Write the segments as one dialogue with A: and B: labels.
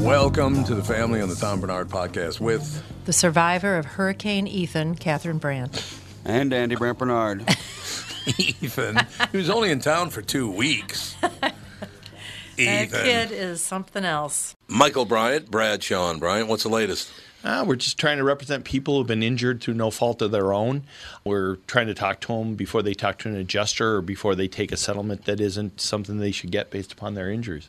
A: Welcome to the family on the Tom Bernard podcast with
B: The survivor of Hurricane Ethan, Catherine Brandt.
C: And Andy Brant Bernard.
A: Ethan. he was only in town for two weeks.
B: That kid
A: Ethan.
B: is something else.
A: Michael Bryant, Brad Sean Bryant, what's the latest?
D: Ah, we're just trying to represent people who've been injured through no fault of their own. We're trying to talk to them before they talk to an adjuster or before they take a settlement that isn't something they should get based upon their injuries.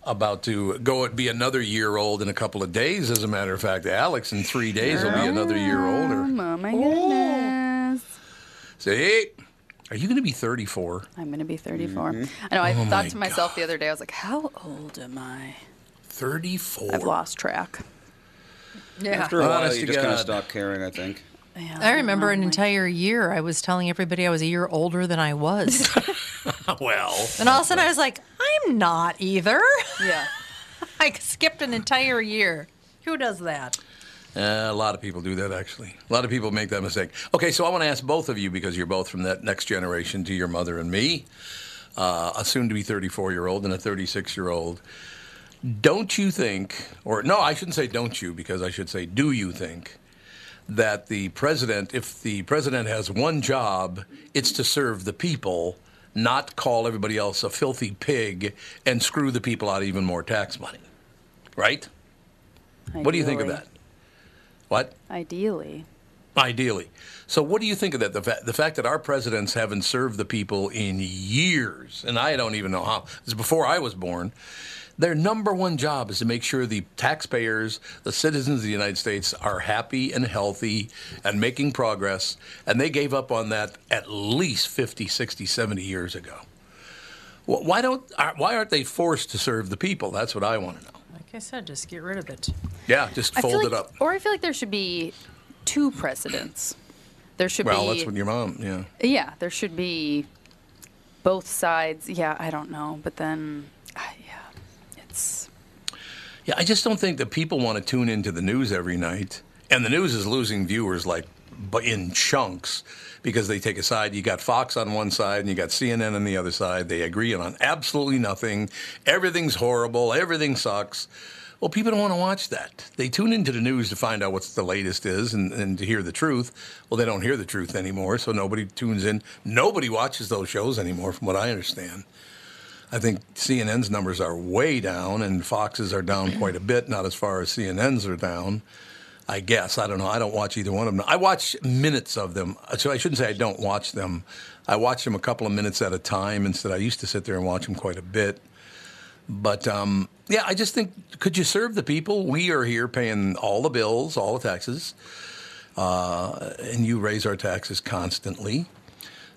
A: About to go and be another year old in a couple of days. As a matter of fact, Alex in three days will be another year older.
E: Oh my goodness.
A: Say, hey, are you going to be 34?
E: I'm going to be 34.
C: Mm-hmm.
E: I know, I thought
A: Oh my
E: to myself the other day, I was like, how old am I?
A: 34.
E: I've lost track. Yeah.
C: After a while,
A: Honest to
C: you just kind
A: God.
C: of stop caring. I think.
E: Yeah,
B: I remember
E: I'm
B: an
E: like,
B: entire year I was telling everybody I was a year older than I was.
A: Well,
B: and all of a sudden I was like, I'm not either.
E: Yeah.
B: I skipped an entire year. Who does that?
A: Uh, a lot of people do that, actually. A lot of people make that mistake. Okay, so I want to ask both of you because you're both from that next generation to your mother and me, uh, a soon to be 34 year old and a 36 year old. Don't you think, or no, I shouldn't say don't you because I should say do you think that the president, if the president has one job, it's to serve the people, not call everybody else a filthy pig and screw the people out of even more tax money, right? What do you think of
E: Ideally.
A: that? What?
E: Ideally.
A: Ideally. So, what do you think of that? The, fa- the fact that our presidents haven't served the people in years, and I don't even know how, it's before I was born. Their number one job is to make sure the taxpayers, the citizens of the United States, are happy and healthy and making progress. And they gave up on that at least 50, 60, 70 years ago. Wh- Why, don't, are- why aren't they forced to serve the people? That's what I want to know.
B: Like I said, just get rid of it.
A: Yeah, just
E: I feel
A: fold
E: like,
A: it up.
E: Or I feel like there should be two presidents. There should
A: Well,
E: be.
A: that's what your mom, yeah.
E: Yeah, there should be both sides. Yeah, I don't know, but then, ah, yeah, it's
A: Yeah, I just don't think that people want to tune into the news every night, and the news is losing viewers like bu- in chunks because they take a side. You got Fox on one side and you got CNN on the other side. They agree on absolutely nothing. Everything's horrible. Everything sucks. Well, people don't want to watch that. They tune into the news to find out what the latest is and, and to hear the truth. Well, they don't hear the truth anymore, so nobody tunes in. Nobody watches those shows anymore, from what I understand. I think CNN's numbers are way down, and Fox's are down quite a bit. Not as far as CNN's are down. I guess I don't know. I don't watch either one of them. I watch minutes of them, Uh, so I shouldn't say I don't watch them. I watch them a couple of minutes at a time instead. I used to sit there and watch them quite a bit. But um, yeah, I just think could you serve the people? We are here paying all the bills, all the taxes, uh, and you raise our taxes constantly.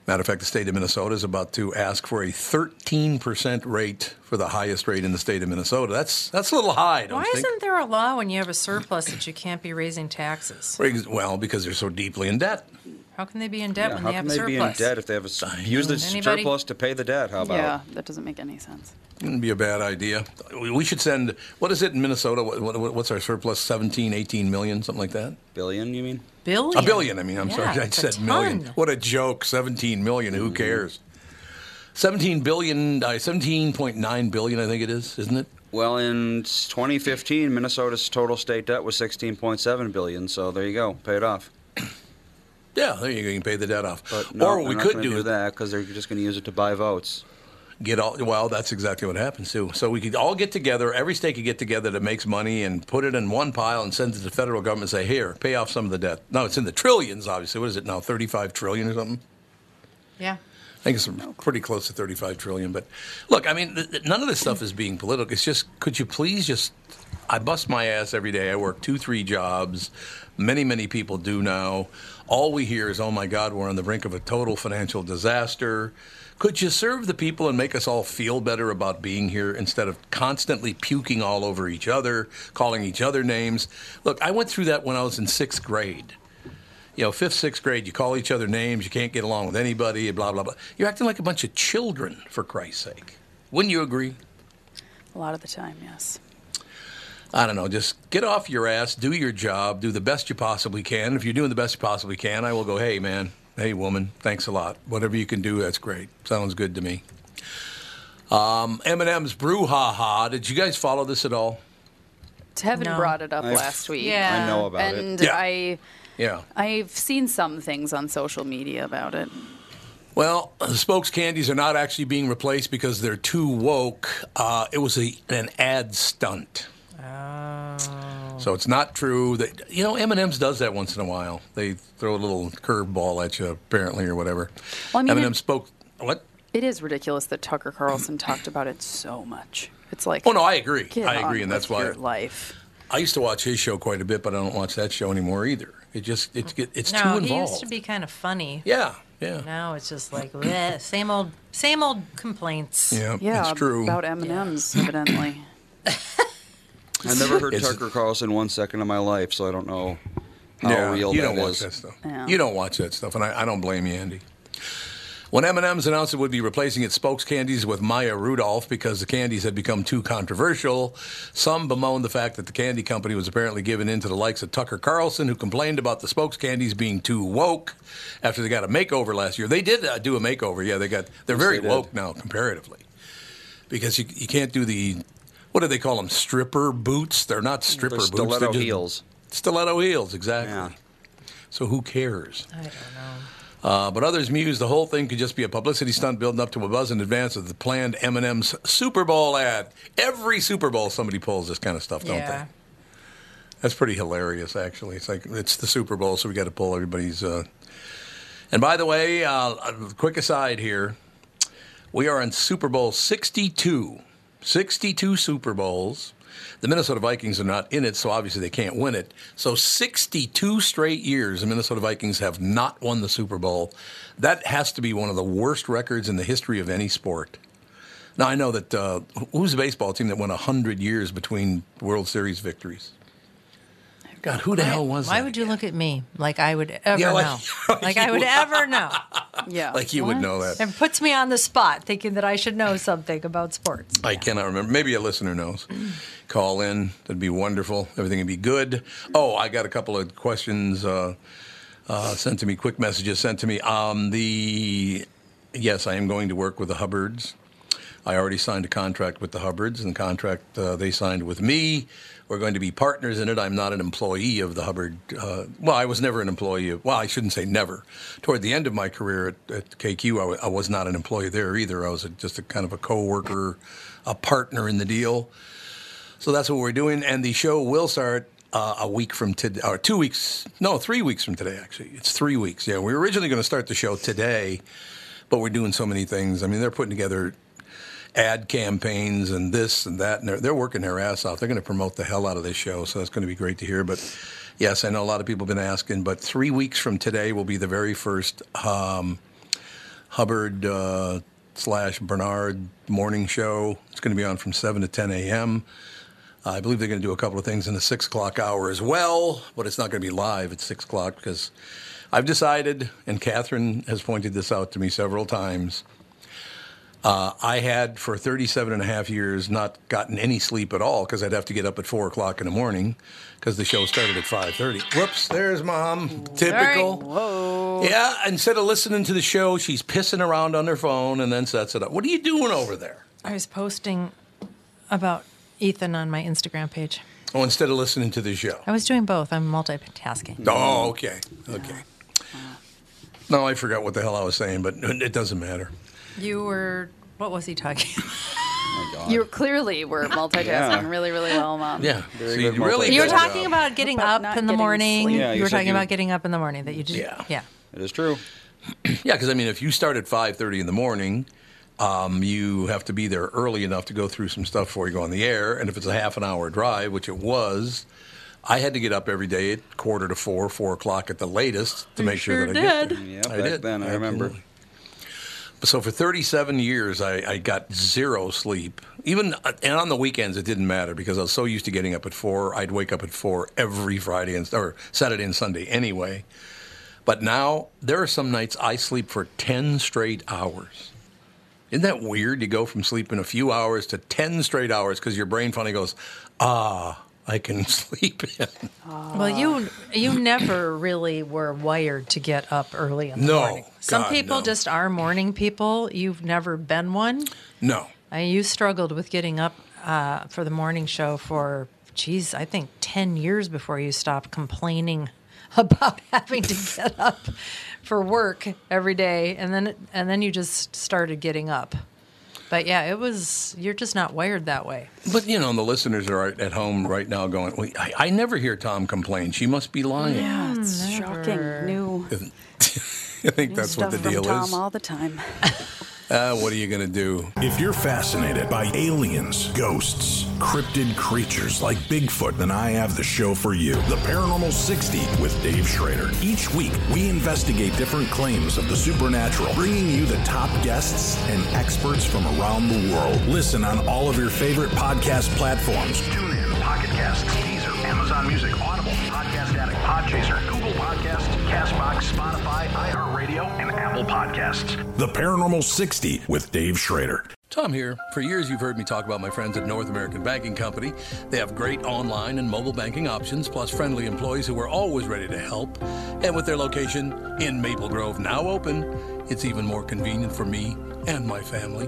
A: Matter of fact, the state of Minnesota is about to ask for a 13% rate for the highest rate in the state of Minnesota. That's that's a little high, don't
B: Why
A: you think?
B: isn't there a law when you have a surplus that you can't be raising taxes?
A: Ex- Well, because they're so deeply in debt.
B: How can they be in debt
C: Yeah,
B: when
C: how
B: they have
C: can
B: a
C: they be in
B: surplus?
C: debt if they have a s- use the
B: Anybody?
C: surplus to pay the debt? How about?
E: yeah, that doesn't make any sense.
A: Wouldn't be a bad idea. We we should send, what is it in Minnesota? What, what, what's our surplus? 17, 18 million, something like that?
C: Billion, you mean?
B: billion.
A: A billion, I mean, I'm
B: Yeah,
A: sorry. I
B: it's a
A: said million.
B: ton.
A: What a joke. 17 million,
C: Mm-hmm.
A: who cares? 17 billion, uh, 17.9 billion, I think it is, isn't it?
C: Well, in 2015, Minnesota's total state debt was 16.7 billion. So there you go, pay it off.
A: Yeah, there you go. You can pay the debt off.
C: But no,
A: or
C: they're
A: what we
C: not
A: could
C: gonna
A: do,
C: do that because they're just going to use it to buy votes.
A: get all well that's exactly what happens too so we could all get together every state could get together that makes money and put it in one pile and send it to the federal government and say here pay off some of the debt no it's in the trillions obviously what is it now 35 trillion or something
B: Yeah.
A: i think it's pretty close to 35 trillion but look i mean th- th- none of this stuff is being political it's just could you please just i bust my ass every day i work two three jobs many many people do now all we hear is oh my god we're on the brink of a total financial disaster could you serve the people and make us all feel better about being here instead of constantly puking all over each other, calling each other names? Look, I went through that when I was in sixth grade. You know, fifth, sixth grade, you call each other names, you can't get along with anybody, blah, blah, blah. You're acting like a bunch of children, for Christ's sake. Wouldn't you agree?
E: A lot of the time, yes.
A: I don't know, just get off your ass, do your job, do the best you possibly can. If you're doing the best you possibly can, I will go, hey, man, hey, woman, thanks a lot. Whatever you can do, that's great. Sounds good to me. Um, Eminem's Brouhaha. Did you guys follow this at all?
E: Tevin
B: No.
E: brought it up
C: I've-
E: last week.
B: Yeah.
C: I know about it.
E: and
A: Yeah.
E: I
A: Yeah.
E: I've seen some things on social media about it.
A: Well, the spokes candies are not actually being replaced because they're too woke. Uh, it was a, an ad stunt.
E: Oh.
A: So it's not true that you know M&M's does that once in a while. They throw a little curveball at you apparently or whatever.
E: Well, I mean,
A: M&M
E: it-
A: spoke what?
E: It is ridiculous that Tucker Carlson talked about it so much. It's like
A: Oh no, I agree.
E: get
A: I
E: on
A: agree and that's
E: with
A: why
E: your life.
A: I used to watch his show quite a bit, but I don't watch that show anymore either. It just it's get- it's too
B: No,
A: involved.
B: he used to be kind of funny.
A: yeah, yeah.
B: Now it's just like bleh, same old, same old complaints.
A: Yeah,
E: Yeah,
A: it's true.
E: about M and M's evidently.
C: I never heard
A: It's-
C: Tucker Carlson one second of my life, so I don't know how
A: yeah,
C: real
A: you
C: that
A: don't watch
C: is.
A: that stuff.
E: Yeah.
A: You don't watch that stuff, and I, I don't blame you, Andy. When M&M's announced it would be replacing its spokes candies with Maya Rudolph because the candies had become too controversial, some bemoaned the fact that the candy company was apparently given in to the likes of Tucker Carlson, who complained about the spokes candies being too woke after they got a makeover last year. They did uh, do a makeover, yeah. They got they're
C: Yes,
A: very
C: they did.
A: woke now comparatively because you you can't do the what do they call them stripper boots? They're not stripper
C: They're
A: boots. they're
C: stiletto
A: just-
C: heels.
A: Stiletto heels, exactly.
C: Yeah.
A: So who cares?
B: I don't know.
A: Uh, but others muse the whole thing could just be a publicity stunt building up to a buzz in advance of the planned M&M's Super Bowl ad. Every Super Bowl, somebody pulls this kind of stuff, don't
B: Yeah.
A: they? That's pretty hilarious, actually. It's like it's the Super Bowl, so we got to pull everybody's. Uh... And by the way, uh, a quick aside here: we are in Super Bowl 62, 62 Super Bowls. The Minnesota Vikings are not in it, so obviously they can't win it. So 62 straight years, the Minnesota Vikings have not won the Super Bowl. That has to be one of the worst records in the history of any sport. Now I know that uh, who's the baseball team that went hundred years between World Series victories? God, who the hell was
B: Why
A: that?
B: would you look at me like I would ever
A: Yeah, like-
B: know? Like I would ever know.
E: Yeah,
A: Like you would know that.
B: It puts me on the spot thinking that I should know something about sports.
A: I cannot remember. Maybe a listener knows. Call in. That'd be wonderful. Everything would be good. Oh, I got a couple of questions uh, uh, sent to me, quick messages sent to me. Um, the Yes, I am going to work with the Hubbards. I already signed a contract with the Hubbards, and the contract uh, they signed with me. We're going to be partners in it. I'm not an employee of the Hubbard. Uh, well, I was never an employee of, well, I shouldn't say never. Toward the end of my career at, at KQ, I wa- I was not an employee there either. I was a, just a kind of a co worker, a partner in the deal. So that's what we're doing. And the show will start uh, a week from today, or two weeks, no, three weeks from today, actually. It's three weeks. Yeah, we were originally going to start the show today, but we're doing so many things. I mean, they're putting together ad campaigns and this and that, and they're, they're working their ass off. They're going to promote the hell out of this show, so that's going to be great to hear. But yes, I know a lot of people have been asking, but three weeks from today will be the very first um, Hubbard uh, slash Bernard morning show. It's going to be on from 7 to 10 a.m. I believe they're going to do a couple of things in the six o'clock hour as well, but it's not going to be live at six o'clock because I've decided, and Catherine has pointed this out to me several times. Uh, I had for 37 and a half years not gotten any sleep at all because I'd have to get up at four o'clock in the morning because the show started at 5:30. Whoops! There's mom. Typical.
E: Whoa.
A: Yeah. Instead of listening to the show, she's pissing around on her phone and then sets it up. What are you doing over there?
B: I was posting about Ethan on my Instagram page.
A: Oh, instead of listening to the show.
B: I was doing both. I'm multitasking.
A: Oh, okay. Okay. No, I forgot what the hell I was saying, but it doesn't matter.
B: You were. What was he talking? about?
C: Oh my God.
E: You clearly were multitasking
C: Yeah.
E: really, really well, Mom.
A: Yeah.
C: Um, Very
A: So you
C: good
A: really
C: multitasking.
B: You were
A: good
B: talking
A: job.
B: about getting
E: About
B: up
E: not
B: in the
E: getting
B: morning.
E: sleep.
C: Yeah,
B: you
C: you
B: were
C: said
B: talking
C: you-
B: about getting up in the morning. That you just.
A: Yeah.
B: Yeah.
C: It is true.
A: Yeah, because I mean, if you start at five thirty in the morning, um, you have to be there early enough to go through some stuff before you go on the air. And if it's a half an hour drive, which it was, I had to get up every day at quarter to four, four o'clock at the latest to
B: You
A: make sure
B: sure
A: that I
B: did.
A: get there.
C: Yeah, back then, I remember.
A: Absolutely. So for 37 years, I, I got zero sleep. Even uh, and on the weekends, it didn't matter because I was so used to getting up at four. I'd wake up at four every Friday and or Saturday and Sunday anyway. But now there are some nights I sleep for 10 straight hours. Isn't that weird? You go from sleeping a few hours to 10 straight hours because your brain finally goes, ah, I can sleep in.
B: Well, you you never really were wired to get up early in the
A: No,
B: morning. Some
A: God,
B: people
A: no.
B: just are morning people. You've never been one.
A: No.
B: I mean, you struggled with getting up uh, for the morning show for, geez, I think 10 years before you stopped complaining about having to get up for work every day. And then, and then you just started getting up. But yeah, it was, you're just not wired that way.
A: But you know, the listeners are at home right now going, Wait, I, I never hear Tom complain. She must be lying.
E: Yeah, it's shocking. New,
A: I think
E: new
A: that's
E: stuff
A: what the deal
E: from Tom
A: is.
E: all the time.
A: Uh, what are you going to do?
F: If you're fascinated by aliens, ghosts, cryptid creatures like Bigfoot, then I have the show for you The Paranormal 60 with Dave Schrader. Each week, we investigate different claims of the supernatural, bringing you the top guests and experts from around the world. Listen on all of your favorite podcast platforms.
G: Tune in, Pocket Casts, Deezer, Amazon Music, Audible, Podcast Addict, Podchaser, Google Podcasts, Castbox, Spotify, iHeartRadio, and Apple Podcasts.
F: The Paranormal 60 with Dave Schrader.
A: Tom here. For years, you've heard me talk about my friends at North American Banking Company. They have great online and mobile banking options, plus friendly employees who are always ready to help. And with their location in Maple Grove now open, it's even more convenient for me and my family.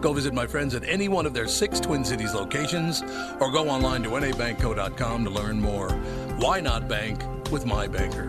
A: Go visit my friends at any one of their six Twin Cities locations or go online to nabankco.com to learn more. Why not bank with my banker?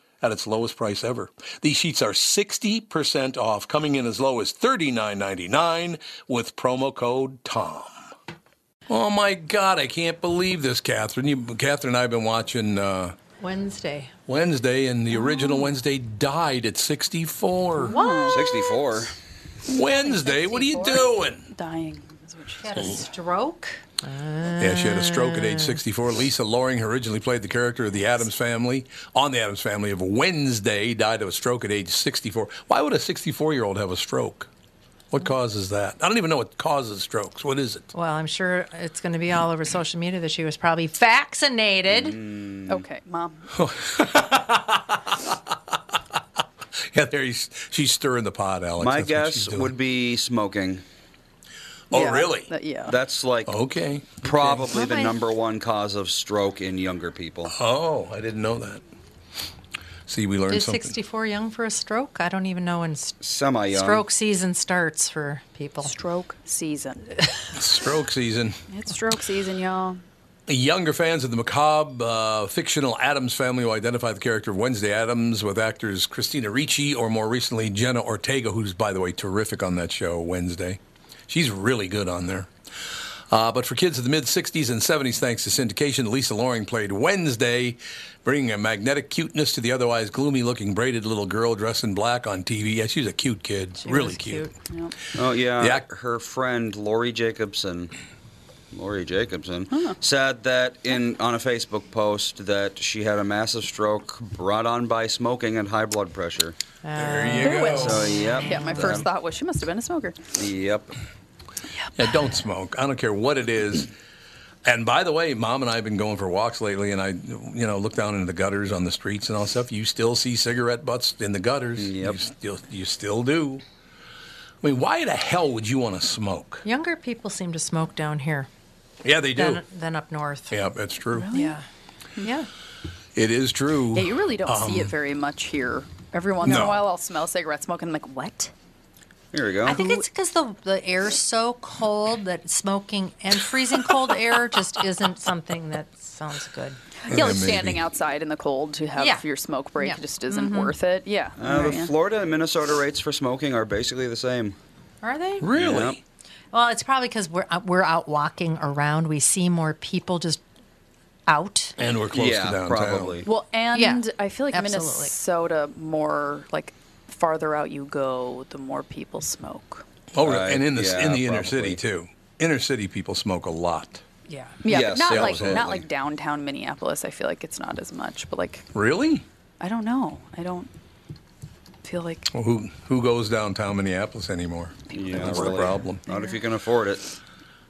A: at its lowest price ever. These sheets are 60% off, coming in as low as $39.99 with promo code TOM. Oh my God, I can't believe this, Catherine. You, Catherine and I have been watching uh,
B: Wednesday.
A: Wednesday, and the original Wednesday died at 64.
C: 64.
A: Wednesday, what are you
E: 64?
A: doing?
E: Dying is what she
B: Had a stroke.
A: Yeah, she had a stroke at age 64. Lisa Loring, who originally played the character of the Adams family on the Adams family of Wednesday, died of a stroke at age 64. Why would a 64 year old have a stroke? What causes that? I don't even know what causes strokes. What is it?
B: Well, I'm sure it's going to be all over social media that she was probably vaccinated.
E: Mm. Okay, mom.
A: Yeah, there he's, she's stirring the pot, Alex.
C: My
A: That's what she's
C: guess
A: doing.
C: would be smoking.
A: Oh,
E: Yeah,
A: really?
E: that- yeah.
C: That's like
A: Okay.
C: probably the
B: Okay.
C: number one cause of stroke in younger people.
A: Oh, I didn't know that. See, we learned
B: Is
A: something.
B: 64 young for a stroke? I don't even know when s-
C: Semi young.
B: stroke season starts for people.
E: stroke season.
A: Stroke season.
E: it's stroke season, y'all.
A: Younger fans of the macabre uh, fictional Adams family will identify the character of Wednesday Adams with actors Christina Ricci or more recently Jenna Ortega, who's, by the way, terrific on that show, Wednesday. She's really good on there. Uh, but for kids of the mid 60s and 70s, thanks to syndication, Lisa Loring played Wednesday, bringing a magnetic cuteness to the otherwise gloomy looking braided little girl dressed in black on TV. Yeah, she was a cute kid.
B: She
A: really
B: was
A: cute.
C: Oh yeah,
A: The act-
C: her friend Lori Jacobson, Lori Jacobson said that in on a Facebook post that she had a massive stroke brought on by smoking and high blood pressure.
A: There you
E: Who
A: go.
E: is?
C: So yep,
E: Yeah, my
C: that-
E: first thought was she must have been a smoker.
C: Yep.
A: Yeah, don't smoke. I don't care what it is. And by the way, mom and I have been going for walks lately, and I, you know, look down into the gutters on the streets and all stuff. You still see cigarette butts in the gutters.
C: Yep.
A: You still, you still do. I mean, why the hell would you want to smoke?
B: Younger people seem to smoke down here
A: Yeah, they do.
B: than, than up north.
A: yeah, that's true.
B: Yeah. Yeah.
A: It is true.
E: Yeah, you really don't
A: Um,
E: see it very much here. Every once in
A: No.
E: a while, I'll smell cigarette smoke and I'm like, what?
C: Here we go.
B: I think it's because the, the air's so cold that smoking and freezing cold air just isn't something that sounds good.
C: uh,
E: yeah,
A: maybe.
E: like standing outside in the cold to have
B: Yeah.
E: your smoke break
B: Yeah. Mm-hmm.
E: just isn't worth it. Yeah.
C: Uh,
E: Right,
C: the
E: yeah.
C: Florida and Minnesota rates for smoking are basically the same.
B: Are they?
A: really?
C: Yep.
B: Well, it's probably because we're, out- we're out walking around. We see more people just out.
A: And we're close
C: yeah,
A: to downtown.
C: probably.
E: Well, and
B: Yeah,
E: I feel like
B: absolutely.
E: Minnesota more like farther out you go, the more people smoke.
A: Oh, really?
C: Right,
A: and in the
C: Uh, yeah,
A: in the inner
C: probably.
A: city too. Inner city people smoke a lot.
B: Yeah.
E: Yeah,
C: Yes,
E: but not like
C: absolutely.
E: not like downtown Minneapolis. I feel like it's not as much, but like
A: Really?
E: I don't know. I don't feel like
A: Well, who who goes downtown Minneapolis anymore?
C: Yeah,
A: that's
C: really.
A: the problem.
C: Not if you can afford it.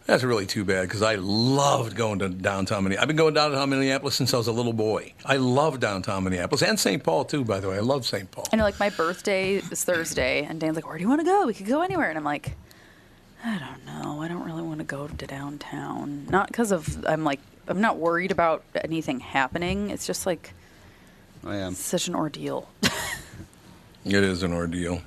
A: That's really too bad because I loved going to downtown Minneapolis. I've been going downtown Minneapolis since I was a little boy. I love downtown Minneapolis and St. Paul too. By the way, I love St. Paul.
E: I know, like my birthday is Thursday, and Dan's like, "Where do you want to go? We could go anywhere." And I'm like, "I don't know. I don't really want to go to downtown. Not because of I'm like I'm not worried about anything happening. It's just like
C: I am.
E: such an ordeal.
A: It is an ordeal.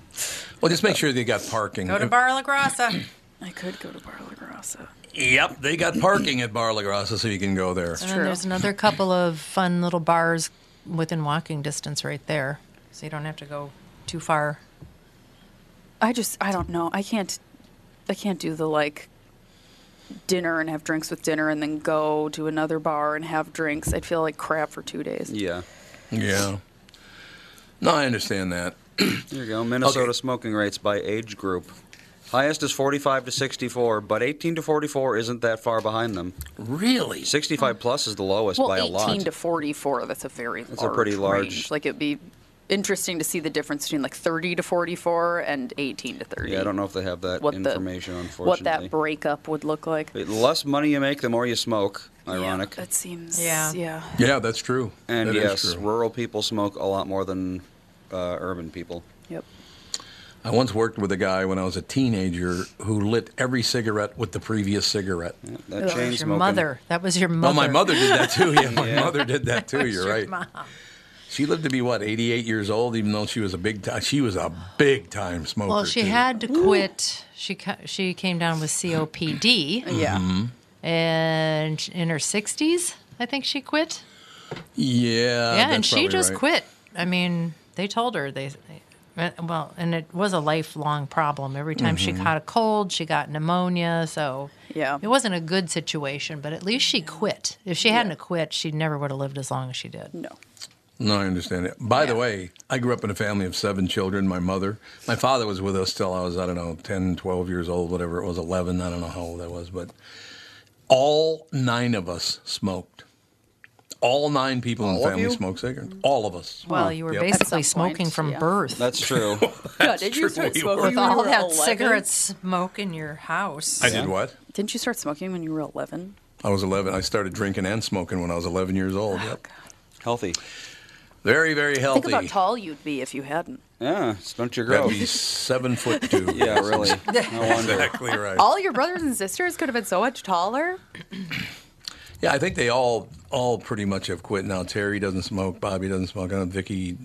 A: Well, just make sure they got parking.
B: Go to Bar La Grassa.
E: I could go to Bar La Grassa.
A: Yep, they got parking at Bar La Grassa, so you can go there.
B: And then there's another couple of fun little bars within walking distance right there. So you don't have to go too far.
E: I just I don't know. I can't I can't do the like dinner and have drinks with dinner and then go to another bar and have drinks. I'd feel like crap for two days.
C: Yeah.
A: Yeah. No, I understand that.
C: There you go. Minnesota smoking rates by age group. Highest is 45 to 64, but 18 to 44 isn't that far behind them.
A: Really?
C: 65 plus is the lowest
E: Well,
C: by a
E: 18
C: lot.
E: to 44, that's a very
C: That's a
E: large
C: pretty large-
E: range. Like, it'd be interesting to see the difference between like 30 to 44 and 18 to 30.
C: yeah, I don't know if they have that
E: what the-
C: information,
E: What
C: unfortunately.
E: that breakup would look like.
C: The less money you make, the more you smoke. Ironic.
E: Yeah, it seems.
B: Yeah.
E: Yeah.
A: Yeah, that's true.
C: and
A: That is
C: yes,
A: true.
C: rural people smoke a lot more than uh, urban people.
E: Yep.
A: I once worked with a guy when I was a teenager who lit every cigarette with the previous cigarette.
C: That
E: Ugh.
C: chain
B: Your
C: smoking.
B: mother. That was your mother.
A: Oh, my mother did that too. Yeah, my
C: Yeah.
A: mother did that too.
B: That's
A: You're
B: your
A: right.
B: mom.
A: She lived to be what 88 years old, even though she was a big time. She was a big time smoker.
B: Well, she
A: too.
B: had to quit. She ca- she came down with COPD,
E: Yeah.
A: Mm-hmm.
B: and sh- in her 60s, I think she quit.
A: Yeah.
B: yeah,
A: Uh, that's
B: and she
A: probably
B: just
A: right.
B: quit. I mean, they told her they, they- uh, well, and it was a lifelong problem. Every time she
A: Mm-hmm.
B: caught a cold, she got pneumonia. So
E: Yeah.
B: it wasn't a good situation. But at least she quit. If she hadn't have quit, she never would have lived as long as she did.
E: No.
A: No, I understand it. By the
E: Yeah.
A: way, I grew up in a family of seven children. My mother, my father was with us till I was, I don't know, 10, 12 years old, whatever it was, 11. I don't know how old I was, but all nine of us smoked. All nine people
C: All
A: in the
C: of
A: family
C: you?
A: smoked cigarettes. All of us.
B: Well, you were
A: Yep.
B: basically
E: At some point,
B: smoking from
E: yeah.
B: birth.
C: That's true.
E: Yeah, did you
A: true,
E: start
A: you
E: smoking
A: were.
B: with
E: when you
B: all
E: were
B: that
E: 11?
B: cigarette smoke in your house.
A: I did what?
E: Didn't you start smoking when you were 11?
A: I was 11. I started drinking and smoking when I was 11 years old. Yep.
C: Oh, Healthy.
A: Very, very healthy.
E: Think about how tall you'd be if you hadn't.
C: Yeah, stunt your
A: That'd
C: growth.
A: be seven foot two.
C: Yeah, really. No wonder.
A: Exactly right.
E: All your brothers and sisters could have been so much taller.
A: Yeah, I think they all all pretty much have quit now. Terry doesn't smoke. Bobby doesn't smoke. I don't. Vicky,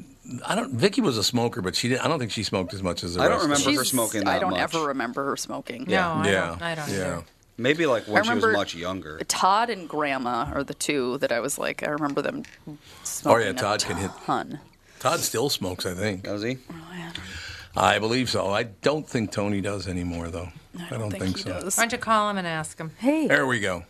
A: I don't. Vicky was a smoker, but she didn't. I don't think she smoked as much as the
C: I don't
A: rest. of
C: remember
A: us.
C: her smoking
E: I
C: that
E: don't
C: much.
E: ever remember her smoking.
C: Yeah.
B: No, I
A: yeah,
B: don't. I don't
A: yeah.
B: either.
C: Maybe like when she was
E: remember-
C: much younger.
E: Todd and Grandma are the two that I was like, I remember them
A: Oh
E: smoking.
A: yeah, Todd can hit.
E: a ton.
A: Todd still smokes. I think.
C: Does he?
B: Oh,
A: I believe so. I don't think Tony does anymore though. I don't,
E: he
A: so.
E: does.
B: Why don't you call him and ask him?
E: Hey,
A: There we go.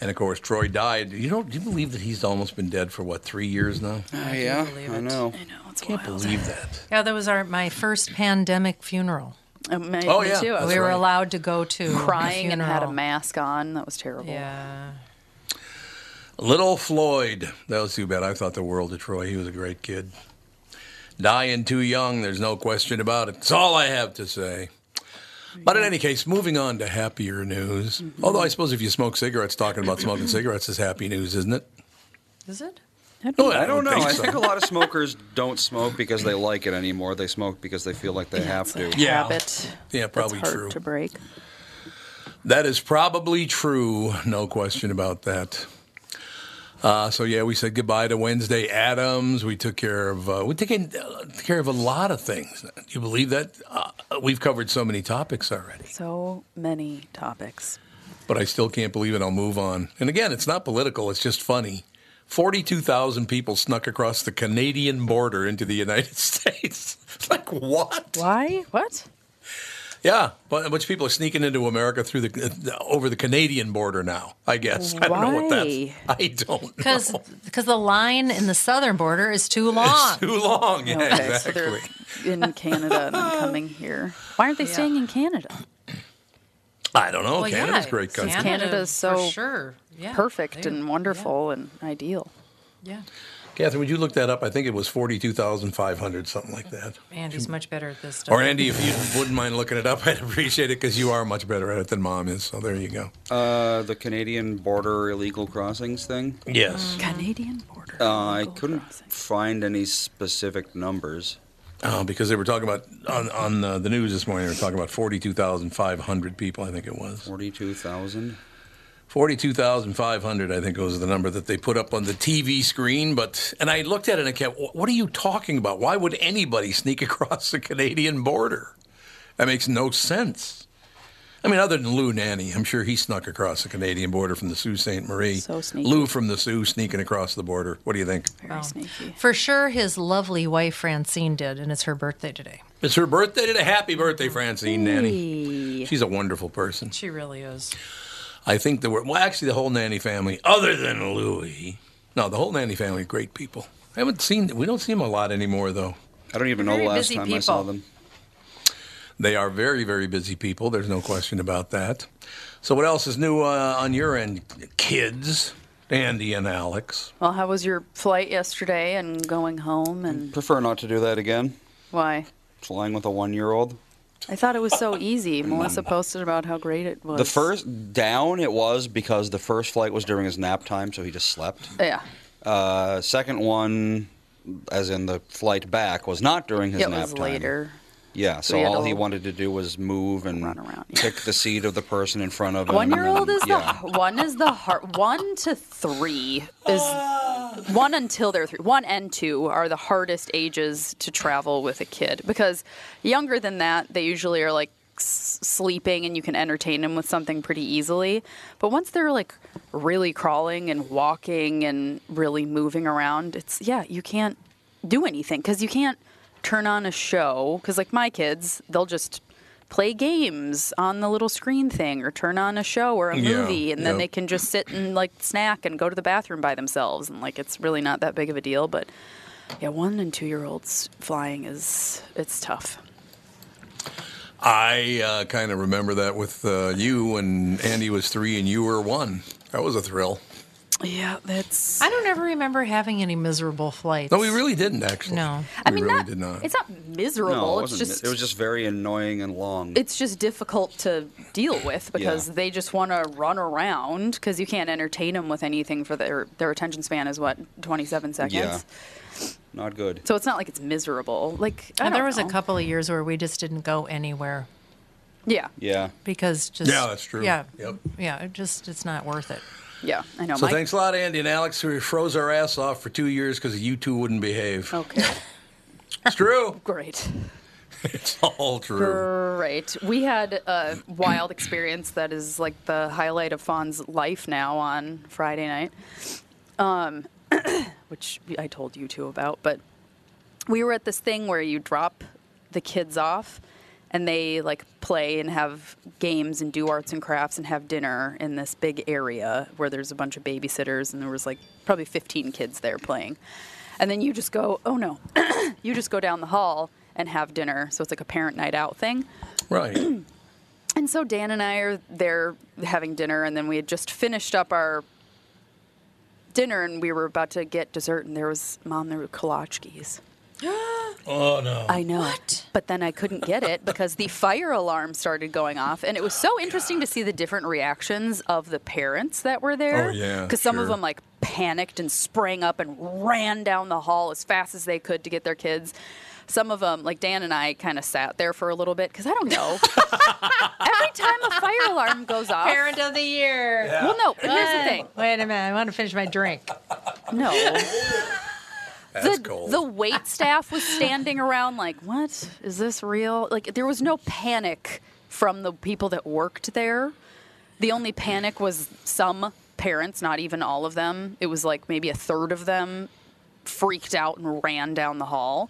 A: And of course, Troy died. You don't. Do you believe that he's almost been dead for what three years now?
C: Oh, yeah,
B: believe
C: I
B: it.
C: know.
E: I know it's
A: Can't
E: wild.
A: believe that.
B: Yeah, that was our my first pandemic funeral.
E: Uh, me-
A: Oh,
E: me
A: yeah,
E: too. I
A: that's
E: was
B: we were
A: right.
B: allowed to go to the
E: crying and had a
B: funeral.
E: mask on. That was terrible.
B: Yeah,
A: Little Floyd. That was too bad. I thought the world of Troy. He was a great kid. Dying too young, there's no question about it. That's all I have to say. But in any case, moving on to happier news.
C: Mm-hmm.
A: Although I suppose if you smoke cigarettes, talking about smoking cigarettes is happy news, isn't it?
B: is it?
A: No,
C: I don't
A: would
C: know. I
A: so.
C: think a lot of smokers don't smoke because they like it anymore. They smoke because they feel like they have to.
A: Yeah.
E: Habit.
A: Yeah, probably
E: that's hard
A: true.
E: to break.
A: That is probably true. No question about that. Uh, so yeah, we said goodbye to Wednesday Adams. We took care of uh, we taken uh, care of a lot of things. Do you believe that? Uh, we've covered so many topics already.
E: So many topics.
A: but I still can't believe it. I'll move on. And again, it's not political, it's just funny. 42,000 people snuck across the Canadian border into the United States. It's like, what?
E: Why? What?
A: Yeah, but a bunch of people are sneaking into America through the uh, over the Canadian border now, I guess. I don't know what that's.
E: Why?
A: I don't
B: Because
A: know.
B: the line in the southern border is too long.
A: It's too long. Yeah,
E: Okay, so
A: exactly.
E: they're in Canada and then coming here. Why aren't they staying in Canada?
A: I don't know.
B: Well, yeah,
A: Canada's a great country.
B: Canada,
E: Canada's
B: for
E: so
B: sure. Yeah,
E: Perfect
B: they-
E: and wonderful and ideal.
B: Yeah,
A: Catherine, would you look that up? I think it was 42,500, something like that.
B: Andy's much better at this stuff.
A: Or Andy, if you wouldn't mind looking it up, I'd appreciate it because you are much better at it than mom is. So there you go.
C: Uh, the Canadian border illegal crossings thing.
A: Yes.
E: Canadian border.
C: Uh, I
E: legal
C: couldn't
E: crossing.
C: find any specific numbers.
A: Uh, because they were talking about, on, on uh, the news this morning, they were talking about 42,500 people, I think it was.
C: Forty-two thousand.
A: 42,500, I think, was the number that they put up on the TV screen. But And I looked at it and I kept, "Wh- what are you talking about? Why would anybody sneak across the Canadian border? That makes no sense. I mean, other than Lou Nanny, I'm sure he snuck across the Canadian border from the Sault Ste. Marie.
E: So sneaky.
A: Lou from the Sioux sneaking across the border. What do you think?
E: Very sneaky.
B: Oh. For sure, his lovely wife Francine did, and it's her birthday today.
A: It's her birthday today. Happy birthday, Francine Nanny. She's a wonderful person.
B: She really is.
A: I think the word, well, actually, the whole nanny family, other than Louie, no, the whole nanny family, great people. I haven't seen, we don't see them a lot anymore, though.
C: I don't even know the
B: Very
C: last
B: busy
C: time I saw
B: people.
C: them.
A: They are very, very busy people. There's no question about that. So, what else is new uh, on your end, kids? Andy and Alex.
E: Well, how was your flight yesterday and going home and
C: Prefer not to do that again.
E: why?
C: Flying with a one-year-old.
E: I thought it was so easy. Melissa posted about how great it was.
C: The first down it was because the first flight was during his nap time, so he just slept.
E: Yeah.
C: Uh, second one, as in the flight back, was not during his
E: It
C: nap
E: was
C: time.
E: later.
C: Yeah, so
E: we had
C: all he
E: to
C: wanted to do was move and
E: run around, yeah.
C: pick the seat of the person in front of him.
E: One year old
C: and-
E: is
C: yeah.
E: the one is the hard one to three is one until they're three. One and two are the hardest ages to travel with a kid because younger than that they usually are like s- sleeping and you can entertain them with something pretty easily. But once they're like really crawling and walking and really moving around, it's yeah you can't do anything because you can't turn on a show because like my kids they'll just play games on the little screen thing or turn on a show or a
A: Yeah,
E: movie and then
A: yeah.
E: they can just sit and like snack and go to the bathroom by themselves and like it's really not that big of a deal but yeah one and two year olds flying is it's tough
A: I uh, kind of remember that with uh, you when Andy was three and you were one. That was a thrill.
E: yeah that's
B: I don't ever remember having any miserable flights.
A: No, we really didn't actually.
B: No.
E: I
A: we
E: mean
A: really
E: not,
A: did not.
E: it's not miserable
C: No, it,
E: it's
C: wasn't,
E: just
C: it was just very annoying and long.
E: it's just difficult to deal with because
C: Yeah.
E: they just want to run around because you can't entertain them with anything for their their attention span is what 27 seconds
C: Yeah. not good.
E: so it's not like it's miserable like I
B: And there
E: don't
B: was a
E: know.
B: couple of years where we just didn't go anywhere
E: yeah
C: Yeah.
B: because just
A: Yeah, that's true.
B: Yeah,
A: Yep.
B: yeah, it just it's not worth it.
E: yeah i know
A: so
E: my-
A: thanks a lot, Andy and Alex. We froze our ass off for two years because you two wouldn't behave.
E: okay
A: It's true.
E: great
A: It's all true.
E: Right. We had a wild experience that is like the highlight of Fawn's life now on Friday night, um, which I told you two about. But we were at this thing where you drop the kids off and they like play and have games and do arts and crafts and have dinner in this big area where there's a bunch of babysitters and there was like probably 15 kids there playing. And then you just go, oh no, you just go down the hall and have dinner. So it's like a parent night out thing.
A: Right.
E: And so Dan and I are there having dinner, and then we had just finished up our dinner, and we were about to get dessert, and there was mom, there were kolachkis.
A: oh no.
E: I know. But then I couldn't get it because the fire alarm started going off, and it was so interesting to see the different reactions of the parents that were there.
A: Oh, yeah,
E: Because some of
A: sure.
E: them like panicked and sprang up and ran down the hall as fast as they could to get their kids. Some of them, like Dan and I, kind of sat there for a little bit because I don't know. Every time a fire alarm goes off,
B: Parent of the year.
E: well, no. But here's the thing.
B: Wait a minute, I want to finish my drink.
E: No.
A: That's
E: the,
A: cold.
E: the wait staff was standing around like, what? Is this real? Like, there was no panic from the people that worked there. The only panic was some parents, not even all of them. It was like maybe a third of them freaked out and ran down the hall.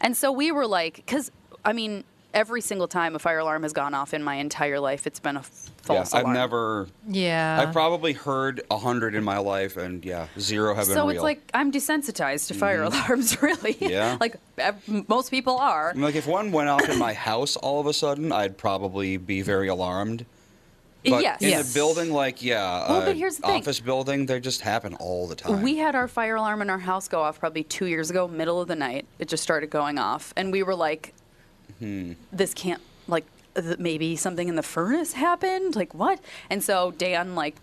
E: And so we were like, because, I mean, every single time a fire alarm has gone off in my entire life, it's been a f-
C: Yeah,
E: false
C: I've
E: alarm.
C: never.
B: Yeah.
C: I've probably heard a hundred in my life, and yeah, zero have been real.
E: so
C: Mm-hmm.
E: it's like I'm desensitized to fire alarms, really.
C: Yeah.
E: like ev- most people are.
C: I mean, like if one went off in my house all of a sudden, I'd probably be very alarmed. But
E: Yes.
C: in
E: Yes.
C: a building like yeah,
E: Well,
C: a
E: but here's the thing.
C: office building, they just happen all the time.
E: We had our fire alarm in our house go off probably two years ago, middle of the night. It just started going off, and we were like, Mm.
C: Hmm.
E: "This can't like th- maybe something in the furnace happened. Like what?" And so Dan like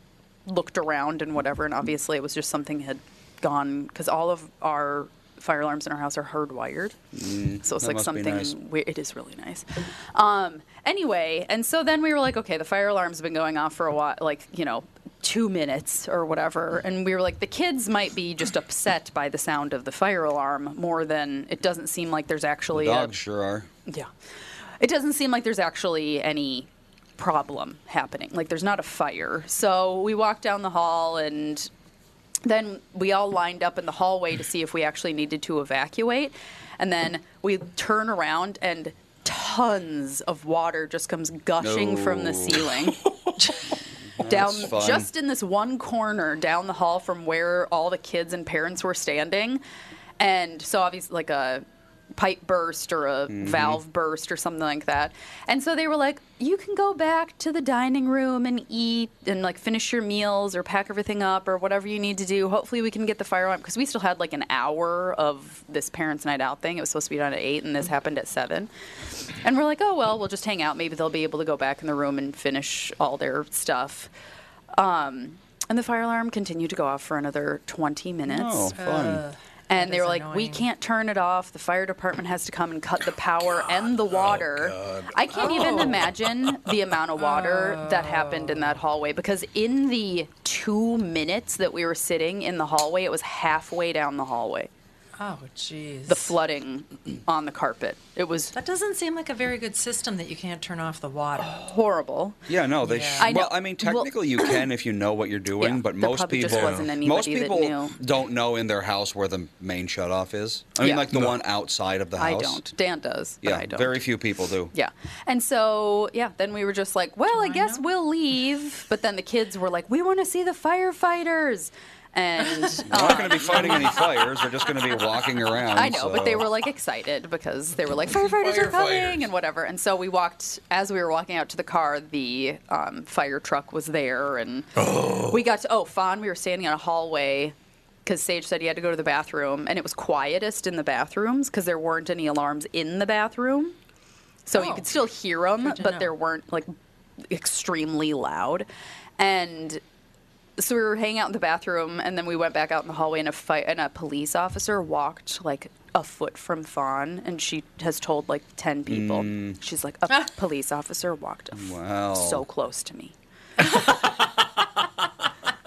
E: looked around and whatever, and obviously it was just something had gone because all of our fire alarms in our house are hardwired, so it's
C: Mm, that must
E: like
C: be
E: something
C: nice.
E: we- it is really nice. Um, anyway, and so then we were like, okay, the fire alarm's been going off for a while, like, you know, two minutes or whatever. And we were like, the kids might be just upset by the sound of the fire alarm more than it doesn't seem like there's actually a-
C: Dogs sure are.
E: yeah. It doesn't seem like there's actually any problem happening. Like there's not a fire. So we walked down the hall and then we all lined up in the hallway to see if we actually needed to evacuate. And then we turn around and tons of water just comes gushing from the
C: No.
E: ceiling. down
C: That's fun.
E: just in this one corner down the hall from where all the kids and parents were standing. And so obviously like a pipe burst or a valve burst or something like that. And so they were like, you can go back to the dining room and eat and like finish your meals or pack everything up or whatever you need to do. Hopefully we can get the fire alarm because we still had like an hour of this parents night out thing. It was supposed to be done at 8 and this happened at 7. And we're like, "Oh, well, we'll just hang out. Maybe they'll be able to go back in the room and finish all their stuff." Um and the fire alarm continued to go off for another 20 minutes.
C: Oh, fun.
E: And
B: That
E: they
B: is
E: were like, we
B: annoying.
E: can't turn it off. The fire department has to come and cut the power and the water.
C: Oh,
E: I can't even
B: Oh.
E: imagine the amount of water that happened in that hallway because in the two minutes that we were sitting in the hallway, it was halfway down the hallway.
B: Oh, jeez.
E: The flooding on the carpet. It was
B: That doesn't seem like a very good system that you can't turn off the water.
E: horrible.
C: Yeah, no, they.
B: Yeah.
C: Sh-
E: I know.
C: Well, I mean,
E: Well-
C: technically you can if you know what you're doing,
E: Yeah,
C: but
E: there
C: most
E: probably just
C: people,
E: wasn't anybody
C: most
E: that
C: people
E: knew.
C: don't know in their house where the main shutoff is. I mean,
E: Yeah.
C: like the one outside of the
E: I
C: house.
E: don't. Dan does. But
C: Yeah,
E: I don't.
C: very few people do.
E: Yeah. And so, yeah, then we were just like, well, I guess
B: know?
E: we'll leave. But then the kids were like, we want to see the firefighters. And
C: We're not going to be fighting any fires. We're just going to be walking around.
E: Uh, I know, but they
C: so-
E: were like excited because they were like, firefighters are
A: Firefighters.
E: coming and whatever. And so we walked, as we were walking out to the car, the um, fire truck was there. And we got to, oh, Fawn, we were standing in a hallway because Sage said he had to go to the bathroom. And it was quietest in the bathrooms because there weren't any alarms in the bathroom. So you
B: Oh.
E: could still hear them,
B: Good to
E: but
B: know.
E: there weren't like extremely loud. And so we were hanging out in the bathroom, and then we went back out in the hallway, and a fight, and a police officer walked like a foot from Fawn, and she has told like ten people.
C: Mm. hmm,
E: She's like,
B: Ah.
E: a police officer walked a f-
C: Wow.
E: so close to me.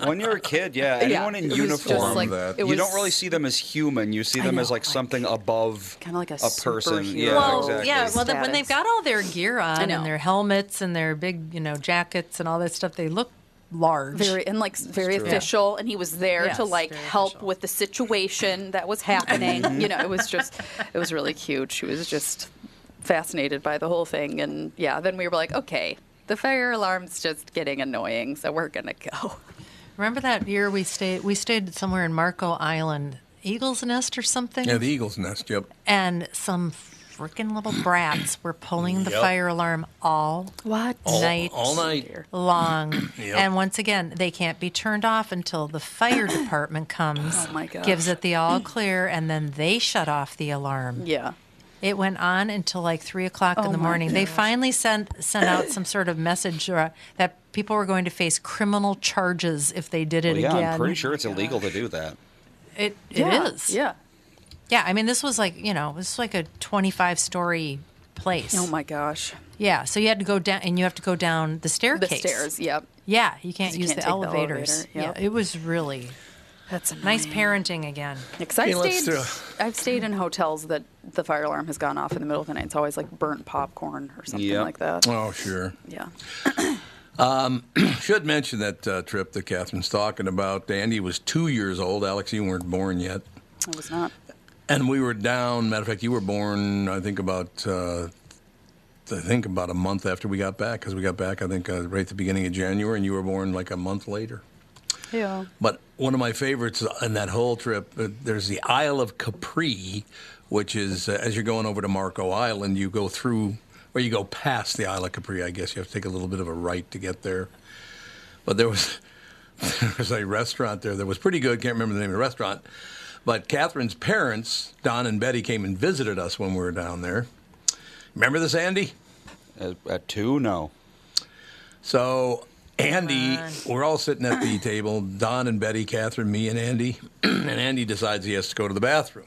C: when you're a kid, yeah,
E: Yeah,
C: anyone in
E: it was just,
C: uniform,
A: like,
E: it
C: you don't
E: was-
C: really see them as human. You see them
E: know,
C: as like
E: like-
C: something above,
E: Kinda like a
C: person.
E: superhero.
C: Yeah,
B: Well,
C: Oh, exactly.
B: Oh, yeah. Well, then when they've
E: Status.
B: got all their gear on
E: know.
B: and their helmets and their big, you know, jackets and all that stuff, they look large.
E: Very and like very
C: true.
E: official, and he was there
B: Yes,
E: to like
B: very
E: help
B: official.
E: with the situation that was
B: Mm-hmm.
C: Mm-hmm.
E: happening. you know, it was just, it was really cute. She was just fascinated by the whole thing, and yeah. Then we were like, okay, the fire alarm's just getting annoying, so we're gonna go.
B: Remember that year we stayed? We stayed somewhere in Marco Island, Eagle's Nest or something.
A: Yeah, the Eagle's Nest. Yep.
B: and some freaking little brats were pulling the
A: Yep.
B: fire alarm all
E: What?
B: night
A: all night.
B: long.
A: Yep.
B: And once again, they can't be turned off until the fire department comes,
E: Oh my gosh.
B: gives it the all clear, and then they shut off the alarm.
E: Yeah.
B: It went on until like three o'clock
E: Oh
B: in the
E: my
B: morning. They finally sent sent out some sort of message uh, that people were going to face criminal charges if they did it
C: yeah,
B: again.
C: I'm pretty sure it's illegal to do that.
B: it it is.
E: yeah. Yeah.
B: Yeah, I mean, this was like you know, this was like a twenty-five story place.
E: Oh my gosh.
B: Yeah, so you had to go down, and you have to go down the
E: The
B: staircase.
E: stairs. Yep.
B: Yeah, you can't
E: You
B: use
E: can't
B: the
E: take the
B: elevators.
E: elevator, yep.
B: Yeah, it was really
E: That's a
B: nice parenting again.
E: Because I've
A: Hey, let's
E: stayed,
A: do-
E: I've stayed in hotels that the fire alarm has gone off in the middle of the night. It's always like burnt popcorn or something
C: Yep.
E: like that.
A: Oh, sure. Um,
E: Yeah.
A: Should mention that uh, trip that Catherine's talking about. Andy was two years old. Alex, you weren't born yet.
E: It was not.
A: And we were down. Matter of fact, you were born. I think about. Uh, I think about a month after we got back, because we got back, I think, uh, right at the beginning of January, and you were born like a month later.
E: Yeah.
A: But one of my favorites on that whole trip, uh, there's the Isle of Capri, which is uh, as you're going over to Marco Island, you go through where you go past the Isle of Capri. I guess you have to take a little bit of a right to get there. But there was there was a restaurant there that was pretty good. Can't remember the name of the restaurant. But Catherine's parents, Don and Betty, came and visited us when we were down there. Remember this, Andy?
C: At, at two, no.
A: So Andy, we're all sitting at the table. Don and Betty, Catherine, me, and Andy. and Andy decides he has to go to the bathroom.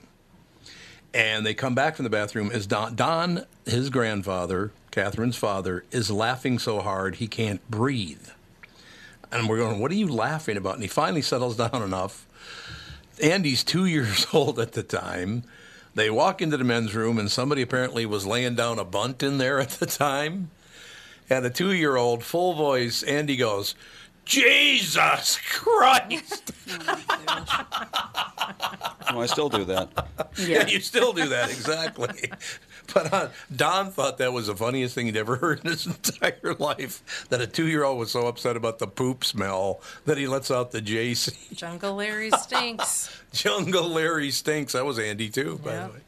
A: And they come back from the bathroom. Is Don, Don, his grandfather, Catherine's father, is laughing so hard he can't breathe. And we're going, what are you laughing about? And he finally settles down enough. Andy's two years old at the time. They walk into the men's room, and somebody apparently was laying down a bunt in there at the time. And the two year old, full voice, Andy goes, Jesus Christ!
C: No, Oh, I still do that.
A: yeah. you still do that, exactly. but uh, Don thought that was the funniest thing he'd ever heard in his entire life that a two year old was so upset about the poop smell that he lets out the JC.
B: Jungle Larry stinks.
A: Jungle Larry stinks. That was Andy, too, by
B: Yeah.
A: the way.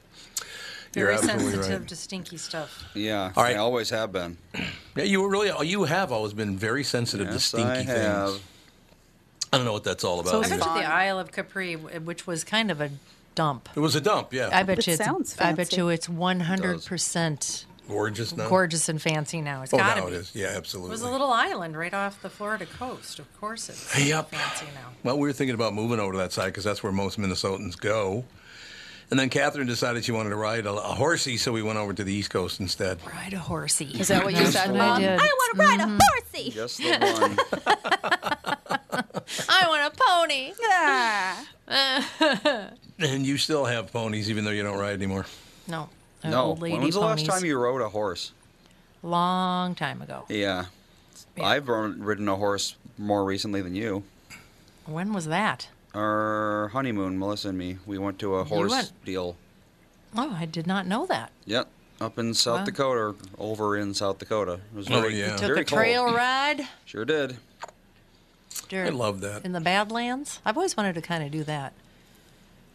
B: Very
A: absolutely
B: sensitive
A: right.
B: to stinky stuff.
C: Yeah,
A: All right.
C: I always have been.
A: Yeah, you were really, you have always been very sensitive to
C: Yes,
A: stinky
C: I have.
A: things. I don't know what that's all about.
E: So
B: I
A: either.
B: bet
E: Fun.
B: you the Isle of Capri, w- which was kind of a dump.
A: it was a dump, yeah.
B: I bet
E: It
B: you. It's,
E: sounds
B: I bet
E: fancy.
B: you it's one hundred percent
A: gorgeous now.
B: gorgeous and fancy now. It's
A: Oh,
B: gotta
A: now
B: be.
A: it is. Yeah, absolutely.
B: It was a little island right off the Florida coast. Of course, it's
A: Yep.
B: fancy now.
A: Well, we were thinking about moving over to that side because that's where most Minnesotans go. And then Catherine decided she wanted to ride a, a horsey, so we went over to the East Coast instead.
B: Ride a horsey. Mm-hmm.
E: Is that what you said,
B: what I
E: Mom?
B: did.
H: want to ride a horsey.
C: Just the one.
H: I want a pony.
E: Ah.
A: And you still have ponies, even though you don't ride anymore.
B: No. they're
C: No.
B: Old Oh, lady
C: When was the
B: ponies.
C: last time you rode a horse?
B: Long time ago.
C: Yeah. I've run- ridden a horse more recently than you.
B: When was that?
C: Our honeymoon, Melissa and me, we went to a horse
B: went-
C: deal.
B: Oh, I did not know that.
C: Yep. Up in South
B: Wow.
C: Dakota, or over in South Dakota. It was
A: Oh,
C: very,
A: yeah. You
B: Took
C: very
B: a trail
C: cold.
B: ride.
C: Sure did.
B: Dur-
A: I love that.
B: In the Badlands. I've always wanted to kind of do that.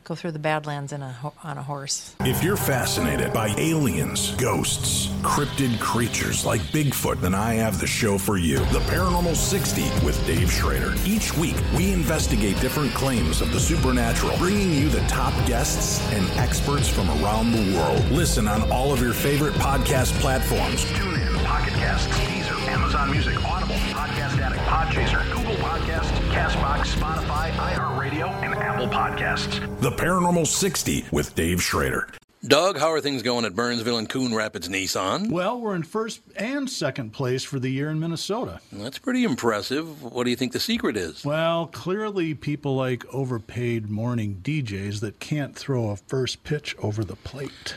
B: Go through the Badlands in a ho- on a horse.
F: If you're fascinated by aliens, ghosts, cryptid creatures like Bigfoot, then I have the show for you The Paranormal 60 with Dave Schrader. Each week, we investigate different claims of the supernatural, bringing you the top guests and experts from around the world. Listen on all of your favorite podcast platforms.
G: TuneIn, Pocket Casts, Deezer, Amazon Music, Audible, Podcast Addict, Podchaser, Google Podcasts, Castbox, Spotify, iHeartRadio, and Apple Podcasts.
F: The Paranormal 60 with Dave Schrader.
A: Doug, how are things going at Burnsville and Coon Rapids Nissan?
I: Well, we're in first and second place for the year in Minnesota.
A: That's pretty impressive. What do you think the secret is?
I: Well, clearly, people like overpaid morning DJs that can't throw a first pitch over the plate.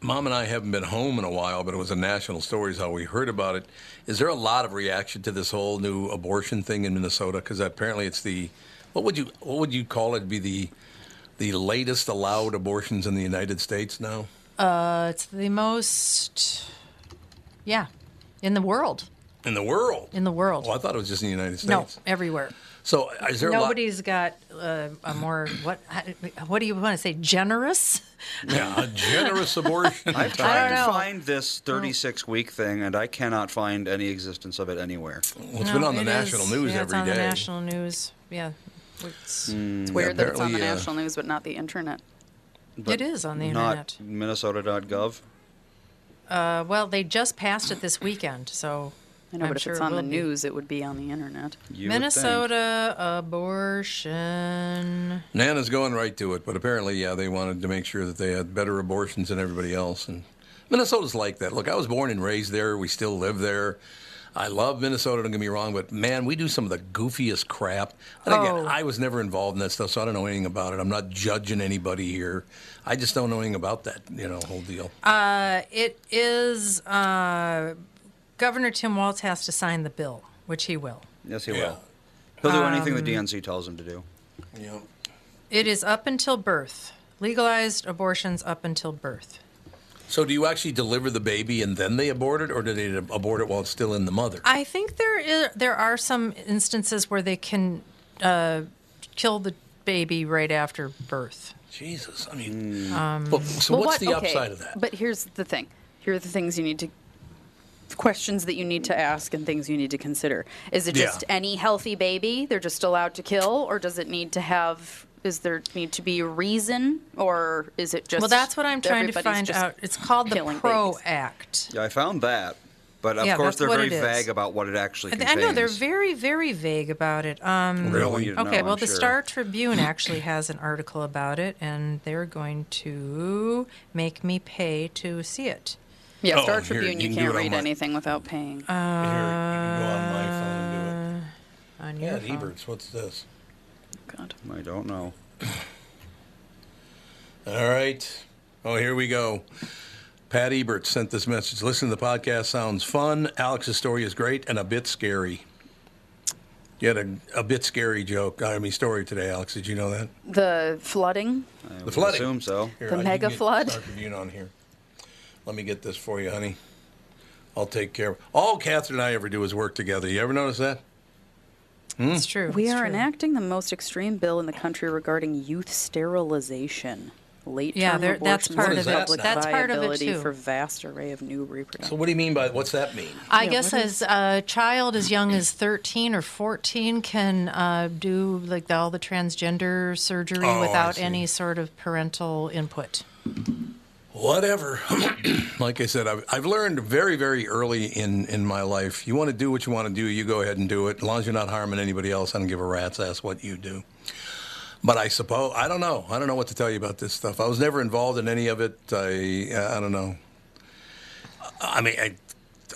A: Mom and I haven't been home in a while, but it was a national story, is how we heard about it. Is there a lot of reaction to this whole new abortion thing in Minnesota? Because apparently it's the what would you what would you call it? Be the the latest allowed abortions in the United States now?
B: Uh, it's the most, yeah, in the world.
A: In the world.
B: In the world.
A: Well, I thought it was just in the United
B: No,
A: States.
B: everywhere.
A: So is there
B: Nobody's got uh, a more what? What do you want to say? Generous?
A: a lot? Yeah, a generous abortion.
C: I've tried
B: don't
C: to
B: know.
C: find this 36 week thing, and I cannot find any existence of it anywhere.
A: Well, it's been on the national news
B: yeah,
A: every
B: it's on
A: day.
B: the national news. Yeah, it's,
C: Hmm.
E: It's weird that it's on the
A: apparently, uh,
E: national news but not the internet.
B: it is on the
C: Not
B: internet.
C: Minnesota.gov.
B: Uh, well, they just passed it this weekend, so
E: I know,
B: I'm
E: but
B: sure
E: if it's
B: it
E: on the
B: will be.
E: news, it would be on the internet.
C: You would think.
B: Minnesota abortion.
A: Nana's going right to it, but apparently, yeah, they wanted to make sure that they had better abortions than everybody else. And Minnesota's like that. Look, I was born and raised there. We still live there. I love Minnesota. Don't get me wrong, but man, we do some of the goofiest crap. And
B: Oh.
A: again, I was never involved in that stuff, so I don't know anything about it. I'm not judging anybody here. I just don't know anything about that, you know, whole deal.
B: Uh, It is uh, Governor Tim Walz has to sign the bill, which he will.
C: Yes, he
A: Yeah.
C: will. He'll do anything the DNC tells him to do.
A: Yeah.
B: It is up until birth. Legalized abortions up until birth.
A: So, do you actually deliver the baby and then they abort it, or do they abort it while it's still in the mother?
B: I think there is, there are some instances where they can uh, kill the baby right after birth.
A: Jesus, I mean, well, so what's the upside of that?
E: But here's the thing. Here are the things you need to questions that you need to ask and things you need to consider. Is it
A: Yeah.
E: just any healthy baby they're just allowed to kill or does it need to have is there need to be a reason or is it just
B: Well, that's what I'm trying to
E: everybody's
B: find
E: just
B: out. It's called the
E: killing
B: PRO
E: babies?
B: Act.
C: Yeah, I found that, but of
B: Yeah,
C: course
B: that's
C: they're
B: what
C: very
B: it is.
C: vague about what it actually
B: I
C: contains.
B: I know they're very, very vague about it. Um,
A: Really?
C: You know,
B: Okay,
C: I'm
B: well, the
C: sure.
B: Star Tribune actually has an article about it, and they're going to make me pay to see it. Uh,
E: Yeah,
A: Oh,
E: Star
A: here,
E: Tribune
A: you
E: you,
A: can do it
E: can't
A: on
E: read
A: my-
E: anything without paying.
A: Here, you can go on my phone and do it.
B: On
A: Yeah,
B: your phone.
A: Eberts, what's this?
E: God.
C: I don't know.
A: All right. Oh, here we go. Pat Ebert sent this message. Listen to the podcast. Sounds fun. Alex's story is great and a bit scary. You had a, a bit scary joke, I mean, story today, Alex. Did you know that?
E: The flooding?
C: I
A: The
C: would
A: flooding.
C: assume so.
A: Here,
E: The
A: I- you
E: mega
A: can get
E: flood?
A: Star Tribune on here. Let me get this for you, honey. I'll take care of All Catherine and I ever do is work together. You ever notice that? Hmm?
B: It's true.
E: We
B: it's
E: are
B: true.
E: enacting the most extreme bill in the country regarding youth sterilization. Late
B: Yeah,
E: term
B: there- that's
E: abortions
B: part
A: What
E: and
A: of is it.
E: public
B: That's part of it,
E: viability
B: too.
E: for vast array of new reproductive.
A: So, what do you mean by what's that mean?
B: I
E: Yeah,
B: guess
E: what
B: as a child as young as 13 or 14 can uh, do like the, all the transgender surgery
A: Oh, I
B: without
A: see.
B: any sort of parental input.
A: whatever. like I said, I've, I've learned very, very early in, in my life you want to do what you want to do, you go ahead and do it. As long as you're not harming anybody else, I don't give a rat's ass what you do. But I suppose, I don't know. I don't know what to tell you about this stuff. I was never involved in any of it. I, I don't know. I mean, I,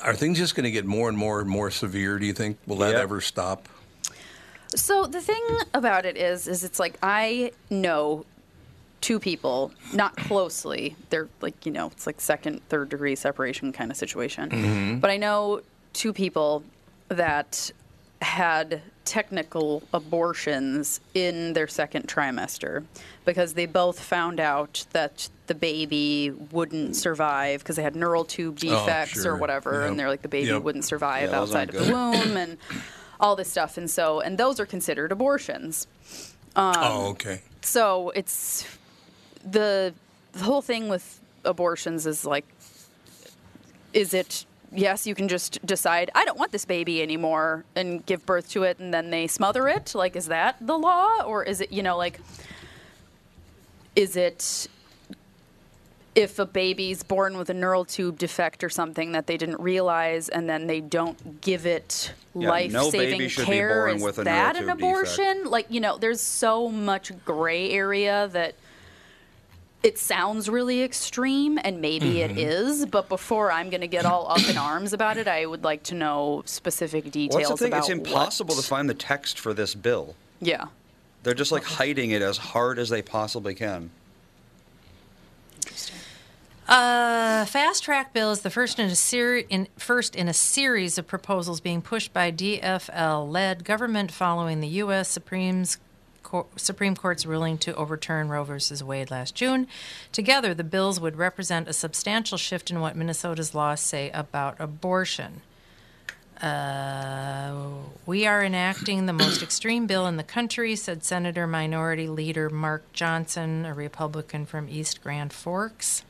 A: are things just going to get more and more and more severe, do you think? Will that
C: Yeah.
A: ever stop?
E: So the thing about it is, is it's like I know two people, not closely. They're like you know, it's like second, third degree separation kind of situation.
C: Mm-hmm.
E: But I know two people that had technical abortions in their second trimester because they both found out that the baby wouldn't survive because they had neural tube
C: Oh,
E: defects
A: sure.
E: or whatever
A: Yep.
E: and they're like the baby
A: Yep.
E: wouldn't survive
C: Yeah, those aren't
E: outside of the
C: good.
E: womb and all this stuff and so and those are considered abortions Um,
A: oh, okay.
E: so it's the the whole thing with abortions is like is it yes you can just decide i don't want this baby anymore and give birth to it and then they smother it like is that the law or is it you know like is it if a baby's born with a neural tube defect or something that they didn't realize and then they don't give it
C: Yeah, no
E: life-saving
C: baby should be
E: care
C: born
E: is
C: with a neural
E: that an
C: tube defect.
E: abortion like you know there's so much gray area that it sounds really extreme, and maybe
C: Mm-hmm.
E: it is, but before I'm going to get all up in arms about it, I would like to know specific details
C: What's the thing?
E: about
C: It's impossible
E: what-
C: to find the text for this bill.
E: Yeah.
C: They're just like hiding it as hard as they possibly can.
B: Uh, fast track bill is the first in a series in first in a series of proposals being pushed by DFL-led government following the U.S. Supreme's Co- Supreme Court's ruling to overturn Roe versus Wade last June. Together, the bills would represent a substantial shift in what Minnesota's laws say about abortion. Uh, we are enacting the most extreme bill in the country, said Senator Minority Leader Mark Johnson, a Republican from East Grand Forks.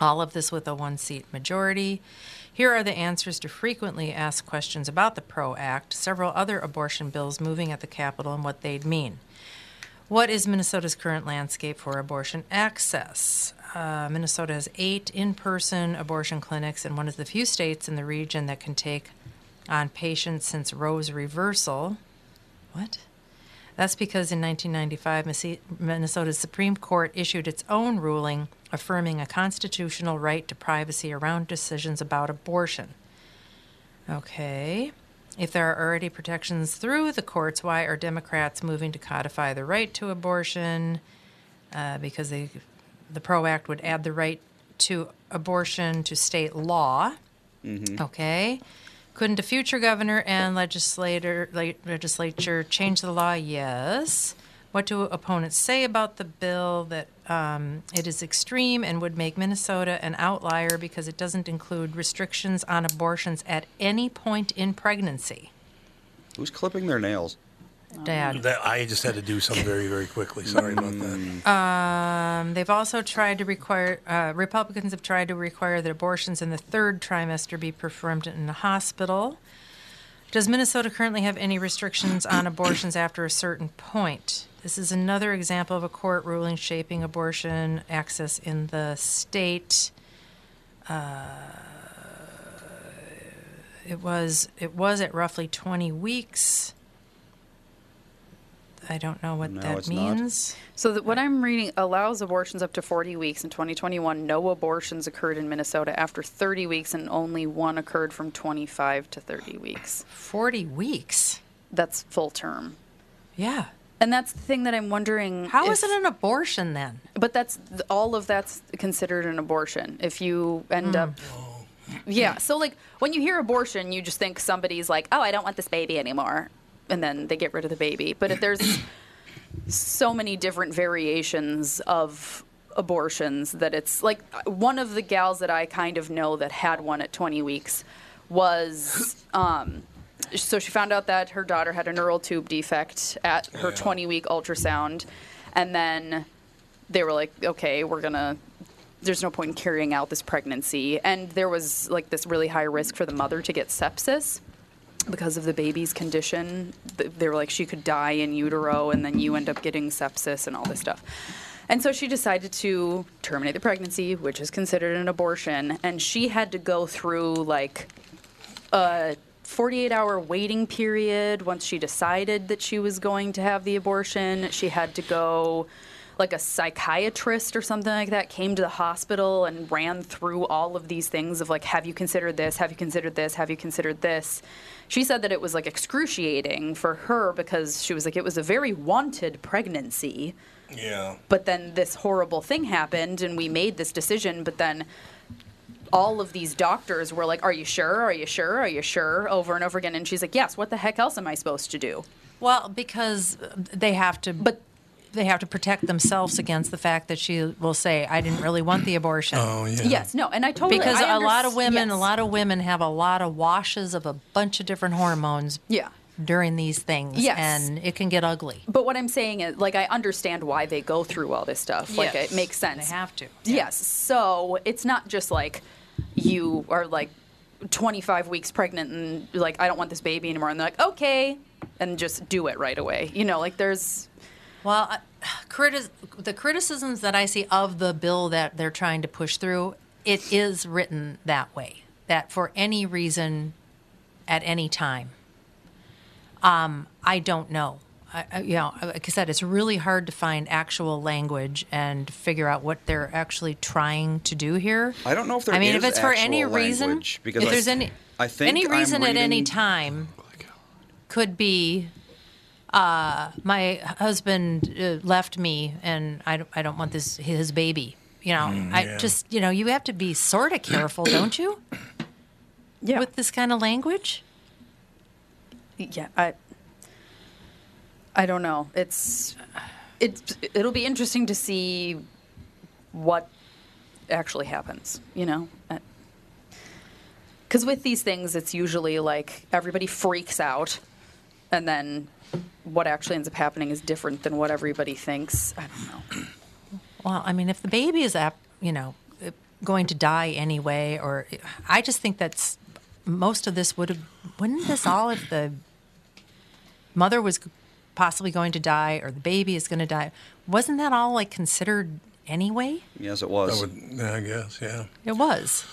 B: All of this with a one seat majority. Here are the answers to frequently asked questions about the PRO Act, several other abortion bills moving at the Capitol, and what they'd mean. What is Minnesota's current landscape for abortion access? Uh, Minnesota has eight in person abortion clinics and one of the few states in the region that can take on patients since Roe's reversal. What? That's because in 1995, Missy- Minnesota's Supreme Court issued its own ruling affirming a constitutional right to privacy around decisions about abortion. Okay. If there are already protections through the courts, why are Democrats moving to codify the right to abortion? Uh, because they, the PRO Act would add the right to abortion to state law.
J: Mm-hmm.
K: Oh.
B: Okay. Couldn't a future governor and legislator late- legislature change the law? Yes. What do opponents say about the bill that um, it is extreme and would make Minnesota an outlier because it doesn't include restrictions on abortions at any point in pregnancy?
C: Who's clipping their nails?
B: Dad.
A: That, I just had to do something very, very quickly. Sorry about
C: Hmm.
A: that.
B: Um, they've also tried to require, uh, Republicans have tried to require that abortions in the third trimester be performed in a hospital. Does Minnesota currently have any restrictions on abortions after a certain point? This is another example of a court ruling shaping abortion access in the state. Uh, it was it was at roughly 20 weeks. I don't know what
C: No,
B: that
C: it's not.
B: means.
E: So that what I'm reading allows abortions up to 40 weeks in 2021. No abortions occurred in Minnesota after 30 weeks, and only one occurred from 25 to 30 weeks.
B: 40 weeks.
E: That's full term.
B: Yeah.
E: And that's the thing that I'm wondering.
B: How
E: if-
B: is it an abortion then?
E: But that's all of that's considered an abortion if you end up.
B: Hmm.
E: Yeah. So like when you hear abortion, you just think somebody's like, "Oh, I don't want this baby anymore," and then they get rid of the baby. But if there's so many different variations of abortions that it's like one of the gals that I kind of know that had one at 20 weeks was um so she found out that her daughter had a neural tube defect at her 20 week ultrasound and then they were like, okay, we're gonna. There's no point in carrying out this pregnancy, and there was like this really high risk for the mother to get sepsis because of the baby's condition. Th- They were like, she could die in utero, and then you end up getting sepsis and all this stuff. And so she decided to terminate the pregnancy, which is considered an abortion, and she had to go through like 48 hour waiting period once she decided that she was going to have the abortion. She had to go, like a psychiatrist or something like that came to the hospital and ran through all of these things of like, have you considered this? Have you considered this? Have you considered this? She said that it was like excruciating for her because she was like, it was a very wanted pregnancy
A: Yeah.
E: but then this horrible thing happened and we made this decision but then all of these doctors were like are you sure are you sure are you sure over and over again and she's like yes what the heck else am i supposed to do
B: Well, because they have to
E: but
B: they have to protect themselves against the fact that she will say I didn't really want the abortion.
A: Oh yeah.
E: yes no and i totally
B: Because
E: I
B: a lot
E: underst-
B: of women, a
E: yes.
B: lot of women have a lot of washes of a bunch of different hormones
E: yeah
B: during these things
E: Yes.
B: and it can get ugly.
E: but what i'm saying is like i understand why they go through all this stuff like
B: Yes.
E: it makes sense
B: They have to.
E: Yes. So it's not just like you are like 25 weeks pregnant and you're like, I don't want this baby anymore. And they're like, okay. And just do it right away. You know, like there's,
B: Well, I- critis- the criticisms that I see of the bill that they're trying to push through, it is written that way. That for any reason, at any time, um, I don't know. I, I- you know, like I said, it's really hard to find actual language and figure out what they're actually trying to do here.
C: I don't know if there
B: I mean,
C: is
B: if it's for
C: actual
B: any reason,
C: language, because
B: if
C: I-
B: there's any,
C: I think
B: any
C: I'm
B: reason at any
C: reading- Oh,
B: time could be. Uh, my husband uh, left me, and I don't, I don't want this his baby. You know,
C: Mm,
B: I just you know you have to be sort of careful, don't you,
E: Yeah.
B: with this kind of language?
E: yeah i i don't know it's it's it'll be interesting to see what actually happens you know because with these things it's usually like everybody freaks out and then what actually ends up happening is different than what everybody thinks i don't know
B: Well, I mean, if the baby is, ap- you know, going to die anyway, or I just think that's most of this would have, wouldn't this all if the mother was possibly going to die or the baby is going to die, wasn't that all like considered anyway?
C: Yes, it was.
A: I would, I guess, yeah.
B: It was.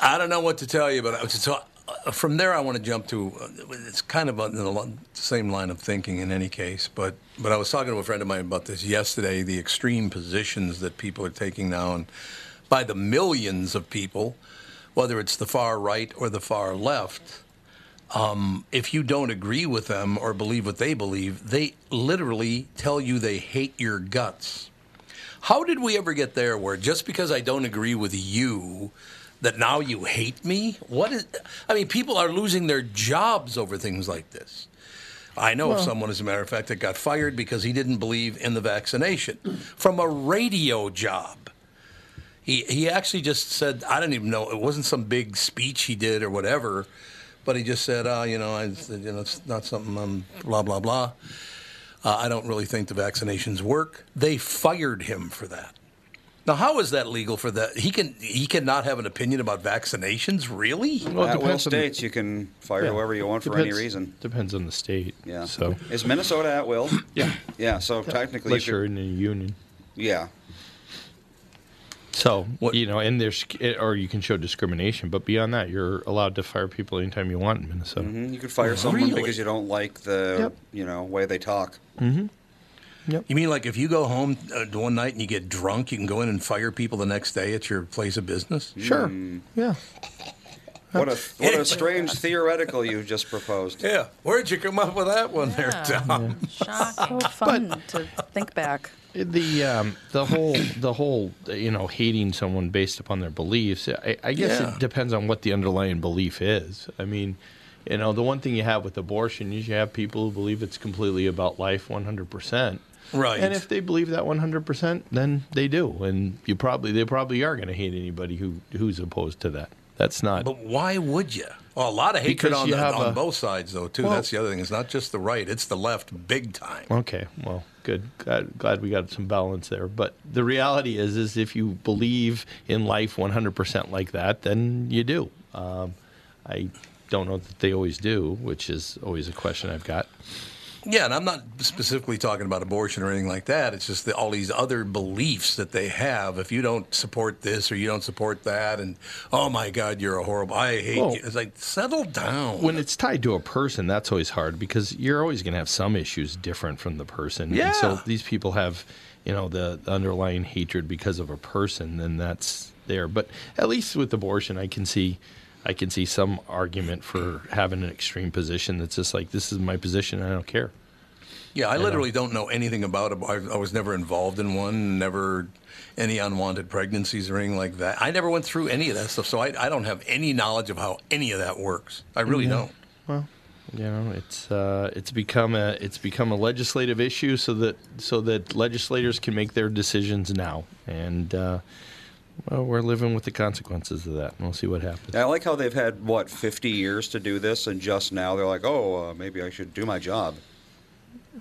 A: I don't know what to tell you, but I, so uh, from there I want to jump to uh, it's kind of on the lo- same line of thinking in any case. But but I was talking to a friend of mine about this yesterday. The extreme positions that people are taking now, and by the millions of people, whether it's the far right or the far left. Um, if you don't agree with them or believe what they believe, they literally tell you they hate your guts. How did we ever get there where just because I don't agree with you, that now you hate me? What is, I mean, people are losing their jobs over things like this. I know of someone, as a matter of fact, that got fired because he didn't believe in the vaccination from a radio job. He, he actually just said, I don't even know, it wasn't some big speech he did or whatever, but he just said, oh, you know, I, you know it's not something I'm blah, blah, blah. Uh, I don't really think the vaccinations work. They fired him for that. Now, how is that legal for that? He can he cannot have an opinion about vaccinations, really?
D: Well, it
C: At will
D: depends on the-
C: states, you can fire
D: Yeah.
C: whoever you want for
D: Depends-
C: any reason.
D: Depends on the state.
C: Yeah.
D: So
C: is Minnesota at will?
D: yeah,
C: Yeah. So technically,
D: unless
C: you
D: you're
C: could,
D: in a union.
C: yeah.
D: So
A: What-
D: you know, and there's or you can show discrimination, but beyond that, you're allowed to fire people anytime you want in Minnesota.
C: Mm-hmm. You could fire someone
A: Really?
C: because you don't like the
D: Yep.
C: you know way they talk.
A: You mean like if you go home uh, one night and you get drunk, you can go in and fire people the next day at your place of business?
D: Sure. Yeah.
C: What a what a strange theoretical you just proposed.
A: Yeah. Where'd you come up with that one
B: Yeah.
A: there, Tom?
B: Shocking.
E: so fun to think back
D: The um, the whole the whole you know hating someone based upon their beliefs. I, I guess
A: Yeah.
D: it depends on what the underlying belief is. I mean, you know, the one thing you have with abortion is you have people who believe it's completely about life, one hundred percent.
A: Right.
D: And if they believe that one hundred percent, then they do, and you probably they probably are going to hate anybody who who's opposed to that. That's not.
A: But why would you? Well, a lot of hatred
D: Because
A: on,
D: you
A: the,
D: have
A: on
D: a-
A: both sides, though, too.
D: Well-
A: That's the other thing. It's not just the right, it's the left big time.
D: Okay, well, good. Glad, glad we got some balance there. But the reality is, is if you believe in life 100% like that, then you do. Um, I don't know that they always do, which is always a question I've got.
A: Yeah, and I'm not specifically talking about abortion or anything like that. It's just the, all these other beliefs that they have. If you don't support this or you don't support that, and oh my God, you're a horrible. I hate
D: Well-
A: you. It's like settle down.
D: When it's tied to a person, that's always hard because you're always going to have some issues different from the person. And so
A: Yeah.
D: if these people have, you know, the underlying hatred because of a person, then that's there. But at least with abortion, I can see, I can see some argument for having an extreme position that's just like this is my position, and I don't care.
A: yeah, I literally don't know anything about. ab- I, I was never involved in one. Never any unwanted pregnancies or anything like that. I never went through any of that stuff, so I, I don't have any knowledge of how any of that works. I really don't.
D: You know, it's uh, it's become a it's become a legislative issue so that so that legislators can make their decisions now, and uh, well, we're living with the consequences of that. and We'll see what happens.
C: I like how they've had what 50 years to do this, and just now they're like, oh, uh, maybe I should do my job.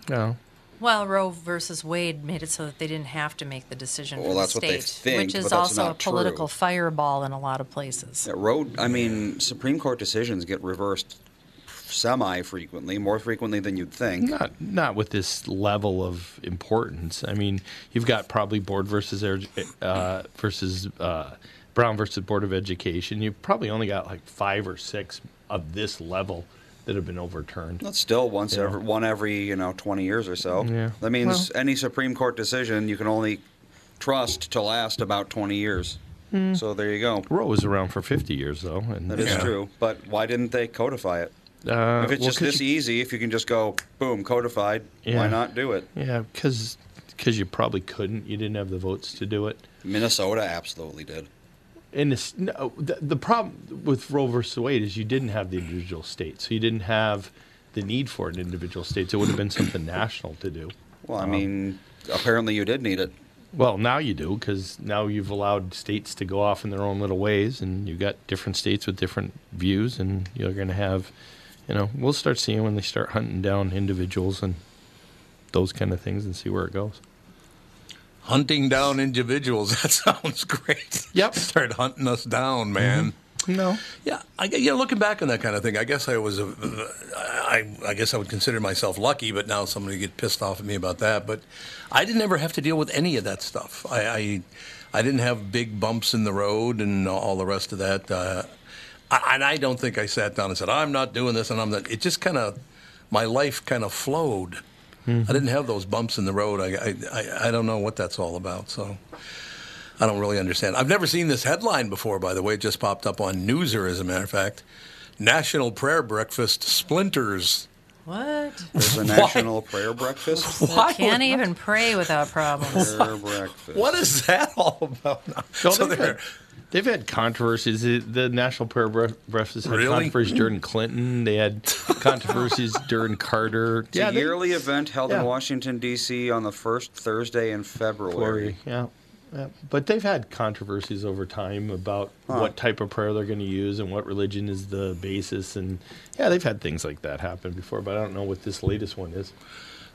D: No,
B: Well, Roe versus Wade made it so that they didn't have to make the decision for
C: Well,
B: the
C: that's what
B: state,
C: they think,
B: which
C: but
B: is
C: that's
B: also a
C: not true.
B: political fireball in a lot of places.
C: That road, I mean, Supreme Court decisions get reversed semi-frequently, more frequently than you'd think.
D: not not with this level of importance. I mean, you've got probably board versus Ed- uh, versus uh, Brown versus Board of Education. You've probably only got like five or six of this level that have been overturned.
C: That's still once
D: Yeah.
C: every one every you know twenty years or so.
D: Yeah.
C: That means any Supreme Court decision you can only trust to last about twenty years.
D: Hmm.
C: So there you go.
D: Roe was around for 50 years, though. And
C: That is true. But why didn't they codify it?
D: Uh,
C: If it's
D: well,
C: just
D: 'cause
C: this
D: you-
C: easy, if you can just go boom codified,
D: Yeah.
C: why not do it?
D: Yeah, because you probably couldn't. You didn't have the votes to do it.
C: Minnesota absolutely did.
D: And this, no, the, the problem with Roe versus Wade is you didn't have the individual state, so you didn't have the need for an individual state. So it would have been something national to do. Um,
C: Well, I mean, Mm, apparently you did need it.
D: Well, now you do because now you've allowed states to go off in their own little ways, and you've got different states with different views, and you're going to have, you know, we'll start seeing when they start hunting down individuals and those kind of things, and see where it goes.
A: Hunting down individuals. That sounds great.
D: Yep.
A: Start hunting us down, man.
D: No,
A: Yeah, I, gu- you know, looking back on that kind of thing, I guess I was, a, I, I guess I would consider myself lucky, but now somebody would get pissed off at me about that. But I didn't ever have to deal with any of that stuff. I, I, I didn't have big bumps in the road and all the rest of that. Uh, I, and I don't think I sat down and said, "I'm not doing this," and I'm not. It just kind of, my life kind of flowed. I didn't have those bumps in the road. I, I, I, I don't know what that's all about. So. I don't really understand. I've never seen this headline before, by the way. It just popped up on Newser, as a matter of fact. National Prayer Breakfast splinters.
B: What?
C: There's a national prayer breakfast.
A: Why
B: Can't
A: would-
B: even pray without problems.
C: Prayer breakfast.
A: What is that all about?
D: No,
A: so
D: they've,
A: they're,
D: had, they've had controversies. The- The National Prayer Bre- Breakfast had
A: Really?
D: controversies during Clinton. They had controversies during Carter.
C: It's a
D: they-
C: yearly event held
D: yeah.
C: in Washington D.C. on the first Thursday in February.
D: Yeah. yeah. But they've had controversies over time about what type of prayer they're going to use and what religion is the basis. And yeah, they've had things like that happen before, but I don't know what this latest one is.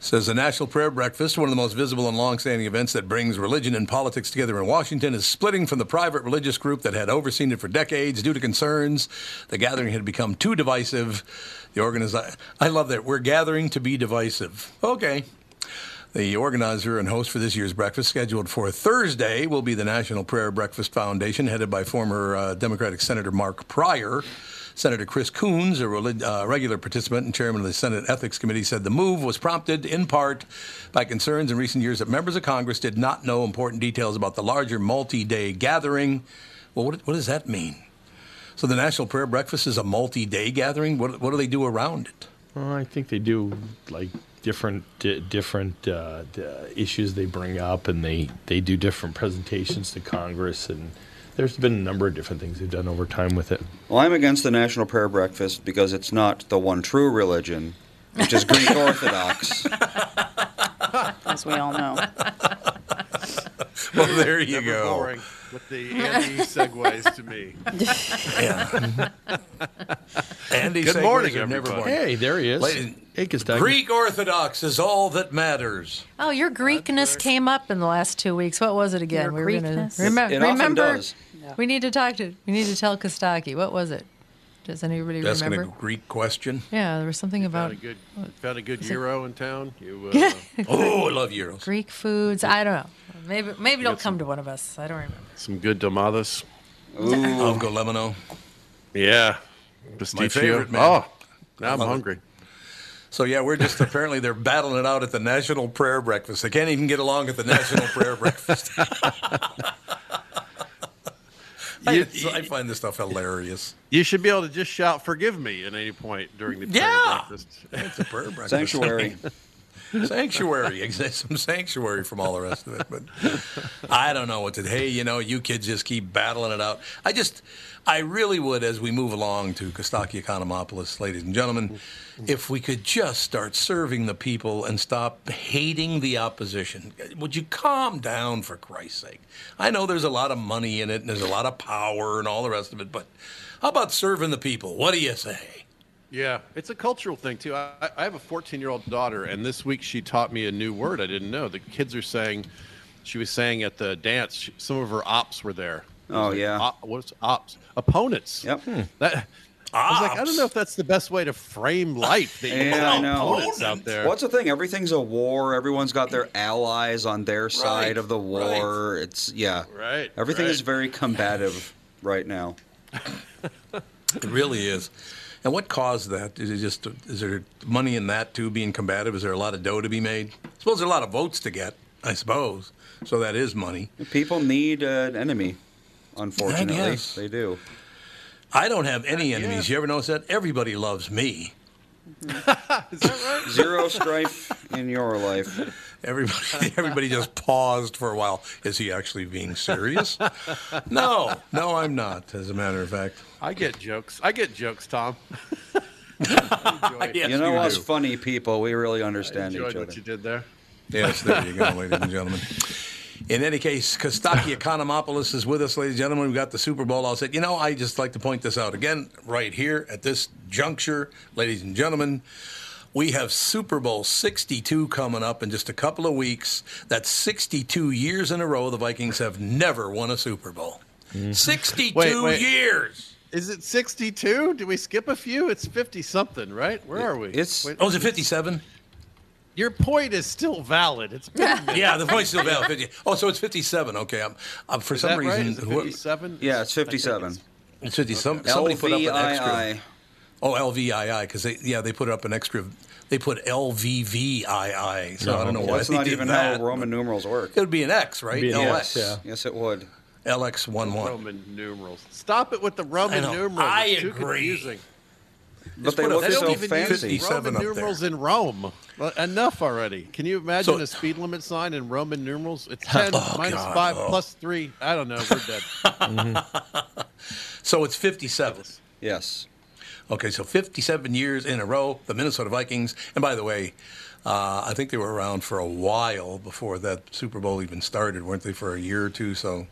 A: Says the National Prayer Breakfast, one of the most visible and longstanding events that brings religion and politics together in Washington, is splitting from the private religious group that had overseen it for decades due to concerns. The gathering had become too divisive. The organizer, I love that. We're gathering to be divisive. Okay. The organizer and host for this year's breakfast, scheduled for Thursday, will be the National Prayer Breakfast Foundation, headed by former uh, Democratic Senator Mark Pryor. Senator Chris Coons, a relig- uh, regular participant and chairman of the Senate Ethics Committee, said the move was prompted in part by concerns in recent years that members of Congress did not know important details about the larger multi day gathering. Well, what, what does that mean? So, the National Prayer Breakfast is a multi day gathering? What, what do they do around it?
D: Well, I think they do like different di- different uh, d- uh, issues they bring up, and they they do different presentations to Congress, and there's been a number of different things they've done over time with it.
C: Well, I'm against the National Prayer Breakfast because it's not the one true religion, which is Greek Orthodox.
E: as we all know.
A: Well, there you go.
J: boring with the Andy segues to me.
A: Yeah. Andy
J: Good
A: segues
J: morning,
A: are never
J: everybody.
A: boring.
D: Hey, there he is.
A: Ladies-
D: Hey, Kostaki.
A: Greek Orthodox is all that matters.
B: Oh, your Greekness came up in the last two weeks. What was it again?
E: Your
B: We were gonna-
E: Greekness? It-
B: remem-
C: it often
B: remember,
C: does.
B: we need to talk to. We need to tell Kostaki. What was it? Does anybody
A: That's
B: remember?
A: a Greek question.
B: Yeah, there was something
J: Found
B: about
J: a good, found a good euro in town. You, uh,
A: Oh, I love euros.
B: Greek foods. I don't know. Maybe maybe it'll come to one of us. I don't remember.
J: some good domadas.
A: Of Golemino.
J: Yeah, pistachio.
A: favorite, man.
J: Oh, now I'm
A: Love it.
J: hungry.
A: So yeah, we're just apparently they're battling it out at the National Prayer Breakfast. They can't even get along at the National Prayer Breakfast. I,
J: You-
A: just- I find this stuff hilarious.
J: You should be able to just shout "Forgive me" at any point during the prayer
A: Yeah.
J: breakfast.
A: It's a prayer breakfast.
C: Sanctuary.
A: sanctuary. Exists some sanctuary from all the rest of it. But I don't know what to. Hey, you know, you kids just keep battling it out. I just, I really would, as we move along to Kostaki Economopoulos, ladies and gentlemen, if we could just start serving the people and stop hating the opposition. Would you calm down, for Christ's sake? I know there's a lot of money in it and there's a lot of power and all the rest of it, but how about serving the people? What do you say?
J: Yeah, it's a cultural thing too. I, I have a 14 year old daughter, and this week she taught me a new word I didn't know. The kids are saying, she was saying at the dance, she, some of her ops were there. I was
C: Oh,
J: like,
C: yeah.
J: "Op- what's ops? Opponents. Hmm.
C: Yep.
J: That, I was like, I don't know if that's the best way to frame life. That you
C: Yeah,
J: call
C: I know.
J: opponents out there.
C: What's the thing? Everything's a war. Everyone's got their allies on their side
A: Right,
C: of the war. It's yeah.
J: Right,
C: Everything
J: right.
C: is very combative right now.
A: It really is. And what caused that? Is it just is there money in that too being combative? Is there a lot of dough to be made? I suppose there are a lot of votes to get. I suppose so. That is money.
C: People need uh, an enemy, unfortunately.
A: guess.
C: They do.
A: I don't have any enemies. You ever notice that? Everybody loves me.
C: Zero strife in your life.
A: Everybody, everybody just paused for a while. Is he actually being serious? no, no, I'm not. As a matter of fact,
J: I get jokes. I get jokes, Tom.
A: yes,
C: you know us
A: do.
C: funny people, we really understand each
J: Enjoyed
C: other.
J: what you did there.
A: Yes, there you go, ladies and gentlemen. In any case, Kostaki Economopoulos is with us, ladies and gentlemen. We've got the Super Bowl. I'll say, you know, I just like to point this out again, right here at this juncture, ladies and gentlemen. We have Super Bowl 62 coming up in just a couple of weeks. That's 62 years in a row the Vikings have never won a Super Bowl. 62
J: Wait, wait.
A: years.
J: Is it 62? Did we skip a few? It's 50 something, right? Where are we?
C: It's-
J: Wait,
A: Oh, is it 57?
J: your point is still valid. It's been a minute.
A: Yeah, the voice still valid. 50. Oh, so it's 57. Okay, I'm, I'm for
J: Is
A: some
J: that right?
A: reason
J: Is it
A: who-
J: 57?
C: Yeah, it's
J: I think
C: 57.
J: it's-
A: it's 50. Some, somebody put up an extra.
C: LVII.
A: Oh, LVII, because they yeah they put up an extra. They put LVVII, so I don't know why
C: That's
A: they
C: not
A: did
C: even
A: that.
C: how Roman numerals work.
A: It would be an X, right?
D: Be an
A: LX,
D: X, yeah.
C: Yes, it would.
A: LX one one.
J: Roman numerals. Stop it with the Roman
A: I know.
J: numerals.
A: I
J: it's too
A: agree.
J: confusing.
C: But they
A: put a-
C: look
A: they don't
C: so
A: even use
C: fancy.
A: 57
J: Roman
A: up there.
J: numerals in Rome. Well, enough already. Can you imagine
A: So-
J: a speed limit sign in Roman numerals? It's 10
A: Oh,
J: minus
A: God.
J: 5
A: Oh.
J: plus 3. I don't know. We're dead.
A: So it's fifty seven.
C: Yes.
A: Okay, so fifty seven years in a row, the Minnesota Vikings. And by the way, uh, I think they were around for a while before that Super Bowl even started, weren't they? For a year or two. So,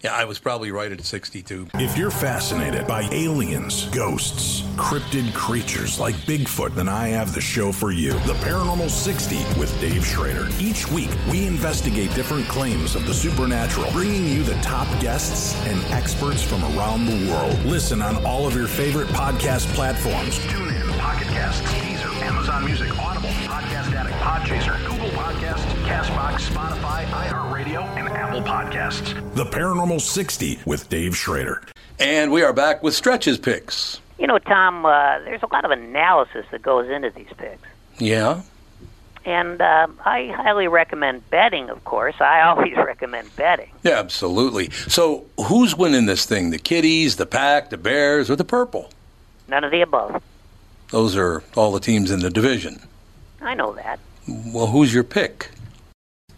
A: yeah, I was probably right at sixty two.
F: If you're fascinated by aliens, ghosts, cryptid creatures like Bigfoot, then I have the show for you The Paranormal 60 with Dave Schrader. Each week, we investigate different claims of the supernatural, bringing you the top guests and experts from around the world. Listen on all of your favorite podcast platforms.
G: Tune in, Pocket Casts, Deezer, Amazon Music, Audible, Podcast Addict, Podchaser, Google Podcasts, Castbox, Spotify, iHeartRadio, and Apple Podcasts.
F: The Paranormal 60 with Dave Schrader.
A: And we are back with stretches picks.
L: You know, Tom, uh, there's a lot of analysis that goes into these picks.
A: Yeah.
L: And uh, I highly recommend betting, of course. I always recommend betting.
A: Yeah, absolutely. So, who's winning this thing? The Kitties, the Pack, the Bears, or the Purple?
L: None of the above.
A: Those are all the teams in the division.
L: I know that.
A: Well, who's your pick?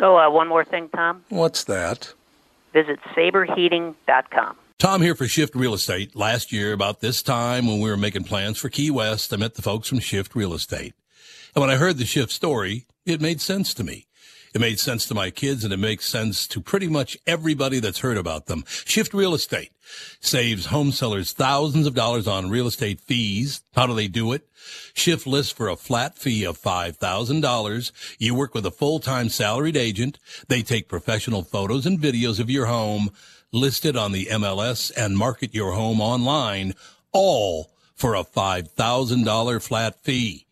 L: Oh, uh, one more thing, Tom.
A: What's that?
L: Visit saberheating.com.
A: Tom here for Shift Real Estate. Last year, about this time when we were making plans for Key West, I met the folks from Shift Real Estate. And when I heard the Shift story, it made sense to me. It made sense to my kids and it makes sense to pretty much everybody that's heard about them. Shift Real Estate saves home sellers thousands of dollars on real estate fees. How do they do it? Shift lists for a flat fee of $5,000. You work with a full-time salaried agent. They take professional photos and videos of your home listed on the MLS and market your home online, all for a $5,000 flat fee.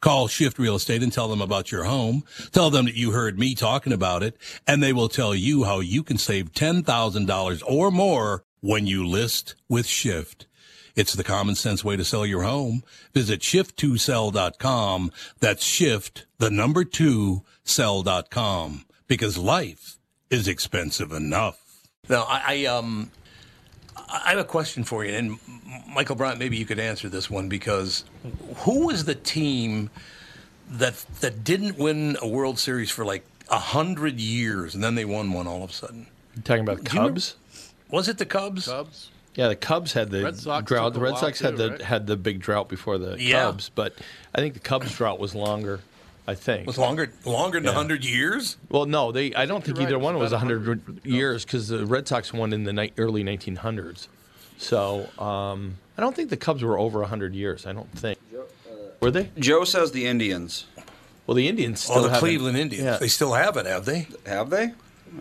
A: Call Shift Real Estate and tell them about your home. Tell them that you heard me talking about it, and they will tell you how you can save $10,000 or more when you list with Shift. It's the common sense way to sell your home. Visit shift2sell.com. That's shift, the number two, sell.com. Because life is expensive enough. Now, I, I um, I have a question for you, and Michael Bryant, maybe you could answer this one because who was the team that that didn't win a World Series for like a hundred years, and then they won one all of a sudden?
D: You talking about the
A: Do you remember-
D: Cubs?
A: Was it the Cubs?
J: Cubs.
D: Yeah, the Cubs had the
J: Red Sox took
D: drought. The
J: a
D: Red
J: while
D: Sox had
J: too,
D: the
J: right?
D: had the big drought before the
A: Yeah.
D: Cubs, but I think the Cubs drought was longer. I think.
A: Was longer longer than a
D: Yeah.
A: hundred years?
D: well, no, they. I don't
J: you're
D: think
J: right.
D: either
J: It was
D: one was
J: about 100
D: 100
J: for the Cubs.
D: years because the Red Sox won in the ni- early 1900s. So um, I don't think the Cubs were over 100 years. I don't think. Were they?
C: uh, Joe says the Indians.
D: Well, the Indians
C: Oh,
D: still
C: the
D: haven't-
C: Cleveland Indians. They
A: still have it, have they?
C: Have they?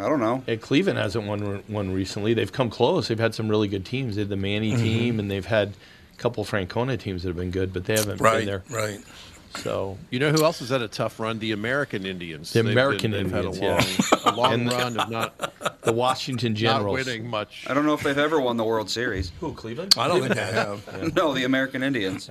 C: I don't know.
D: Yeah, Cleveland hasn't won one recently. They've come close. They've had some really good teams. They had the Manny
A: Mhm.
D: team, and they've had a couple Francona teams that have been good, but they haven't
A: Right,
D: been there.
A: Right.
D: So
J: you know who else has had a tough run? The American Indians.
D: The
J: They've
D: American
J: been,
D: Indians,
J: They've had a long, a long
D: And the-
J: run of not
D: the Washington Generals.
J: Not winning much.
C: I don't know if they've ever won the World Series.
D: Who, Cleveland?
A: I don't think they have.
C: no, the American Indians.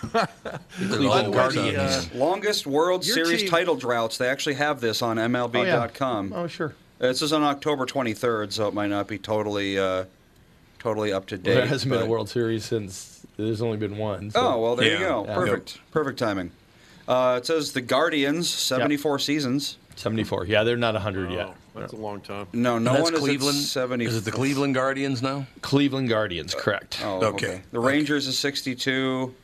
A: Cleveland Guardians.
C: longest World
A: Your
C: Series
A: team-
C: title droughts. They actually have this on MLB.com.
D: Oh, sure.
C: This is on October 23rd, so it might not be totally, uh, totally up to date.
D: Well, there hasn't been
C: but-
D: a World Series since there's only been one. so-
C: Oh well, there you go.
D: Yeah.
C: Perfect. Perfect timing. Uh, it says the Guardians, seventy-four seasons.
D: Seventy-four. Yeah, they're not hundred yet.
J: That's a long time.
C: No, no
A: And Oh. that's
C: one is at
A: Cleveland.
C: 70
A: Is it the Cleveland Guardians now?
D: Cleveland Guardians, correct.
C: Oh, okay. The Rangers is sixty-two.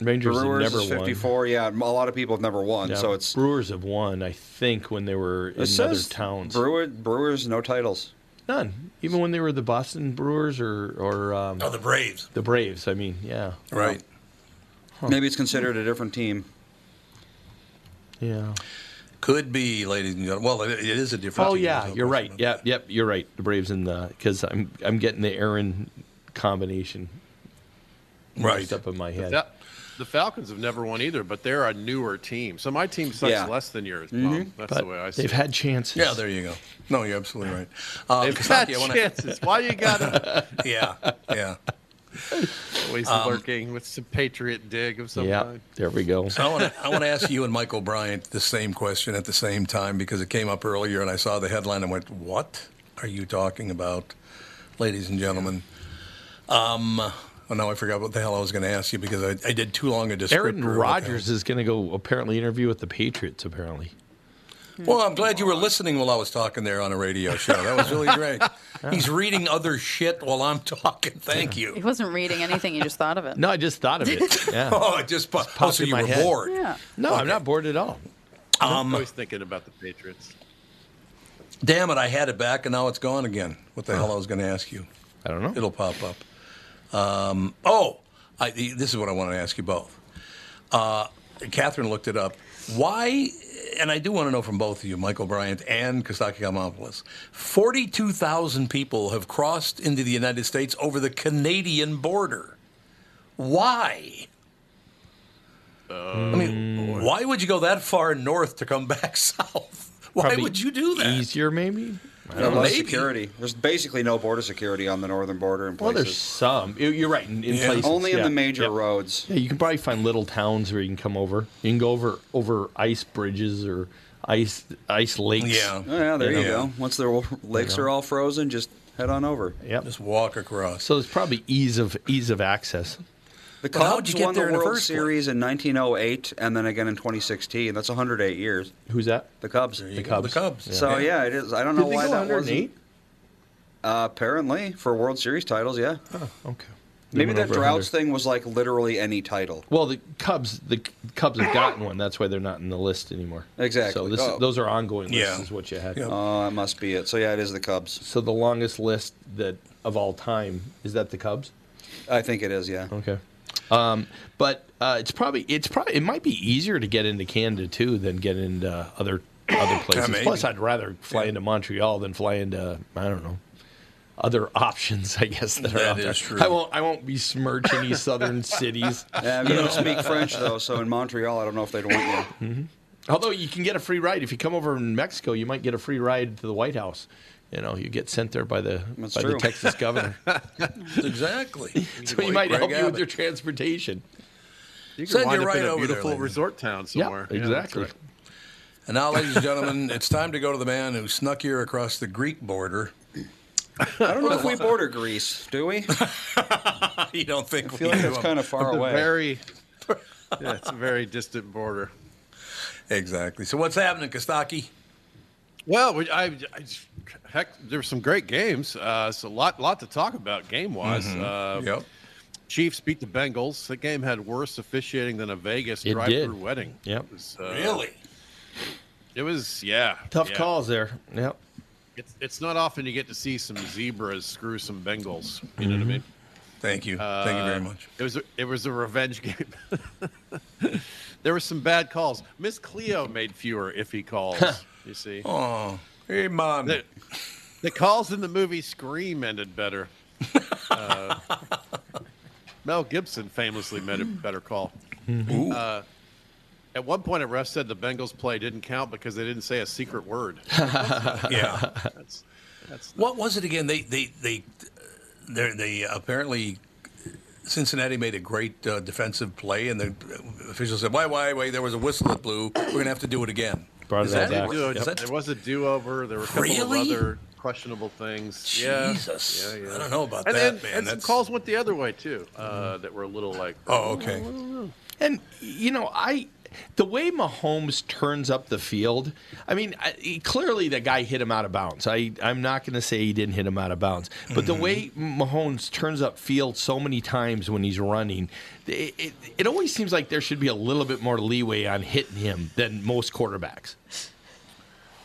D: Rangers have
C: Brewers
D: never
C: is
D: won.
C: fifty-four. Yeah, a lot of people have never won.
D: Yeah,
C: So it's
D: Brewers have won, I think, when they were in
C: it says
D: other towns.
C: Brewer, Brewers no titles.
D: None. Even when they were the Boston Brewers or or um,
A: oh, the Braves.
D: The Braves. I mean, yeah.
A: Right.
C: Maybe it's considered a different team.
D: Yeah.
A: Could be, ladies and gentlemen. Well, it, it is a different.
D: oh
A: team,
D: yeah,
A: so-
D: you're right. Yeah, yep, you're right. The Braves and the because I'm I'm getting the Aaron combination
J: Right.
D: mixed up in my
J: The
D: head.
J: Fal- the Falcons have never won either, but they're a newer team. So my team sucks
D: Yeah.
J: less than yours.
D: Mhm.
J: Tom. That's
D: But
J: the way I see
D: they've
J: it.
D: had chances.
A: Mm-hmm. Yeah, there you go. No, you're absolutely right. Um,
J: They've
A: Kasaki,
J: had
A: I wanna-
J: chances. Why you gotta-
A: yeah, yeah.
J: Always
A: Um,
J: lurking with some patriot dig of some
D: Yeah,
J: kind.
D: there we go.
A: So I want to I want to ask you and Michael Bryant the same question at the same time because it came up earlier and I saw the headline and went, "What are you talking about, ladies and gentlemen?" Um, well, now I forgot what the hell I was going to ask you because I, I did too long a descriptor.
D: Aaron Rodgers is going to go apparently interview with the Patriots. Apparently,
A: Well, I'm glad you were listening while I was talking there on a radio show. That was really great. He's reading other shit while I'm talking. Thank you.
E: He wasn't reading anything. You just thought of it.
D: no, I just thought of it. Yeah.
A: Oh, it just, po-
D: popped
A: oh, so
D: in
A: you
D: my
A: were
D: head.
A: bored.
E: Yeah.
D: No, I'm not bored at all.
A: Um,
J: always thinking about the Patriots.
A: Damn it, I had it back and now it's gone again. What the hell I was going to ask you?
D: I don't know.
A: It'll pop up. Um, oh, I, this is what I want to ask you both. Uh, Catherine looked it up. Why, and I do want to know from both of you, Michael Bryant and Kostaki Kamopoulos, 42,000 people have crossed into the United States over the Canadian border. Why? I mean, why would you go that far north to come back south? Why
D: Probably
A: would you do that?
D: Easier, maybe. I
C: No
D: don't know.
C: less security. There's basically no border security on the northern border in
D: Well,
C: places.
D: there's some. You- You're right. In, in
C: Yeah.
D: places,
C: Only in
D: yeah.
C: the major
D: Yep.
C: roads.
D: Yeah, you can probably find little towns where you can come over. You can go over over ice bridges or ice ice lakes.
A: Yeah.
C: Oh, yeah, there you,
D: know.
C: go. Once the lakes
D: You know.
C: are all frozen, just head on over.
D: Yep.
A: Just walk across.
D: So it's probably ease of ease of access.
C: The
A: But how'd
C: Cubs
A: you get
C: won
A: there
C: the
A: in the
C: World
A: first place?
C: Series in 1908 and then again in 2016. That's 108 years.
D: Who's that?
C: The Cubs. The
A: go, the Cubs. Cubs.
C: So
A: Yeah.
C: yeah, it is. I don't know
D: Did they
C: why
D: go
C: that wasn't.
D: 108?
C: Uh, apparently, for World Series titles, yeah.
D: Oh, okay. They
C: Maybe
D: went
C: that
D: over
C: droughts thing was like literally any title.
D: Well, the Cubs the Cubs have gotten one. That's why they're not in the list anymore.
C: Exactly.
D: So this,
C: Oh.
D: those are ongoing lists.
C: Yeah.
D: Is what you had.
C: Oh, that must be it. So yeah, it is the Cubs.
D: So the longest list that of all time is that the Cubs.
C: I think it is. Yeah.
D: Okay. Um, but uh, it's probably it's probably it might be easier to get into Canada too than get into other other places.
A: maybe.
D: Plus, I'd rather fly into Montreal than fly into I don't know other options. I guess that,
A: That
D: are out there.
A: is true.
D: I won't I won't besmirch any southern cities.
C: Yeah,
D: you
C: you don't
D: know.
C: speak French though, so in Montreal, I don't know if they'd want you.
D: Mm-hmm. Although you can get a free ride if you come over from Mexico, you might get a free ride to the White House. You know, you get sent there by the
C: That's
D: by
C: true.
D: the Texas governor,
A: Exactly.
D: so he might help you with your transportation.
J: You
A: Send
J: can wind
A: you
J: up
A: right
J: in a
A: over there,
J: beautiful
A: Lincoln.
J: resort town somewhere. Yeah, that's right.
A: And now, ladies and gentlemen, it's time to go to the man who snuck here across the Greek border.
C: I don't know if we border Greece, do we?
A: you don't think
C: I feel like it's kind of far
J: It's a
C: away.
J: Very, yeah, it's a very distant border.
A: Exactly. So what's happening, Kostaki?
J: Well, we, I, I just- heck, there were some great games. Uh, so a lot, lot to talk about game wise.
A: Mhm.
J: Uh,
A: Yep.
J: Chiefs beat the Bengals. That game had worse officiating than a Vegas
D: It
J: drive-through
D: did.
J: wedding.
D: Yep.
J: It was, uh,
A: Really?
J: It was yeah.
D: Tough
J: yeah.
D: calls there. Yep.
J: It's, it's not often you get to see some zebras screw some Bengals. You know what I mean?
A: Mm-hmm. Thank you. Thank you very
J: Uh,
A: much.
J: It was a, it was a revenge game. there were some bad calls. Miss Cleo made fewer iffy calls. you see.
A: Oh, hey mom.
J: The, the calls in the movie Scream ended better. Uh, Mel Gibson famously made a better call.
A: Ooh.
J: Uh, at one point, a ref said the Bengals play didn't count because they didn't say a secret word.
A: yeah.
J: That's, that's
A: What was it again? They they they they they apparently Cincinnati made a great uh, defensive play, and the official said, "Why, why, why? There was a whistle that blew. We're gonna have to do it again."
D: Brought
A: Is
D: it all
A: that-
D: back.
J: Do-
A: Is that-
J: There was a do-over. There were a couple
A: Really?
J: of other questionable things.
A: Jesus.
J: Yeah, yeah, yeah.
A: I don't know about
J: and
A: that,
J: then,
A: man.
J: And some
A: That's-
J: calls went the other way too, uh, that were a little like.
A: Oh, okay.
D: And you know, I the way Mahomes turns up the field. I mean, I, he- clearly the guy hit him out of bounds. I I'm not going to say he didn't hit him out of bounds,
A: Mm-hmm.
D: but the way Mahomes turns up field so many times when he's running, it, it it always seems like there should be a little bit more leeway on hitting him than most quarterbacks.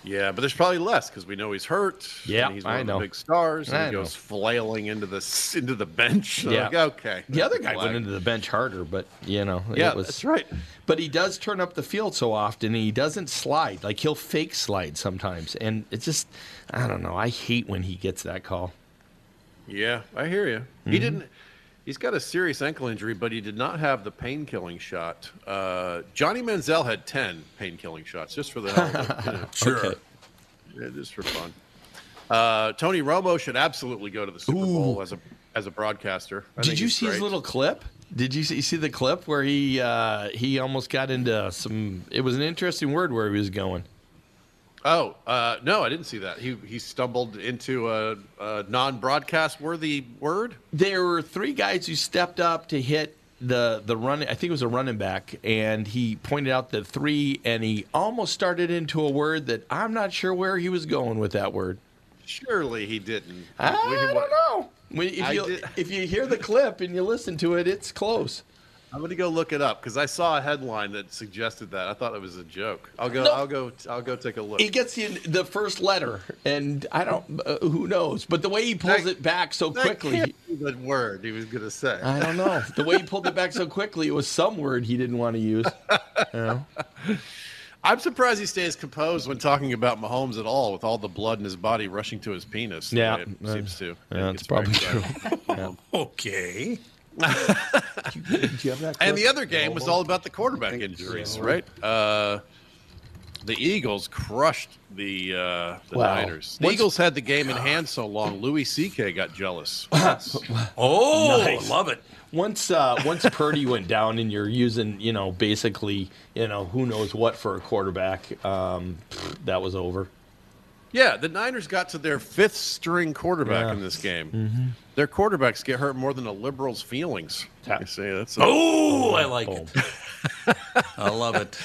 J: Yeah, but there's probably less because we know he's hurt.
D: Yeah,
J: and he's one
D: I
J: of
D: know.
J: the big stars. And
D: I
J: he
D: know.
J: goes flailing into the s- into the bench. So,
D: Yeah.
J: like, okay.
D: The other
J: that's a
D: guy
J: flag.
D: went into the bench harder, but you know,
J: Yeah,
D: it was,
J: that's right.
D: But he does turn up the field so often, and he doesn't slide. Like he'll fake slide sometimes, and it's just, I don't know. I hate when he gets that call.
J: Yeah, I hear you. He
D: Mm-hmm.
J: didn't. He's got a serious ankle injury, but he did not have the pain killing shot. Uh, Johnny Manziel had ten pain killing shots just for the hell of it. you know.
A: Sure.
J: Yeah, just for fun. Uh, Tony Romo should absolutely go to the Super Bowl as a as a broadcaster. I
D: Did
J: think
D: you
J: he's
D: see his
J: great.
D: little clip? Did you see, you see the clip where he uh, he almost got into some? It was an interesting word where he was going.
J: Oh uh, no, I didn't see that. He he stumbled into a, a non-broadcast worthy word.
D: there were three guys who stepped up to hit the the run. I think it was a running back, and he pointed out the three, and he almost started into a word that I'm not sure where he was going with that word.
J: Surely he didn't.
D: I,
J: We- we-
D: don't know. When- if
J: I
D: you
J: did-
D: if you hear the clip and you listen to it, it's close.
J: I'm gonna go look it up because I saw a headline that suggested that. I thought it was a joke. I'll go.
D: No.
J: I'll go. I'll go take a look.
D: He gets the, the first letter, and I don't. Uh, who knows? But the way he pulls
J: That-
D: it back so
J: That
D: quickly,
J: can't be the word he was gonna say.
D: I don't know. The way he pulled it back so quickly, it was some word he didn't want to use. You know?
J: I'm surprised he stays composed when talking about Mahomes at all, with all the blood in his body rushing to his penis. the
D: Yeah,
J: way it
D: uh,
J: seems to. It
D: yeah, that's
J: gets very
D: probably true.
J: exciting.
A: Okay.
D: Did you have that
J: And
D: clip?
J: the other game was all about the quarterback injuries, right? Uh, the Eagles crushed the, uh, the
D: Wow.
J: Niners. The
D: Once-
J: Eagles had the game in hand so long, Louis C.K. got jealous.
A: Oh,
D: Nice.
A: love it.
D: Once uh, once Purdy went down, and you're using you know basically you know who knows what for a quarterback, um, that was over.
J: yeah, the Niners got to their fifth string quarterback in this game.
D: Mm-hmm.
J: Their quarterbacks get hurt more than a liberal's feelings.
D: Yeah.
J: You see, that's a-
A: Oh, I like it. I love it.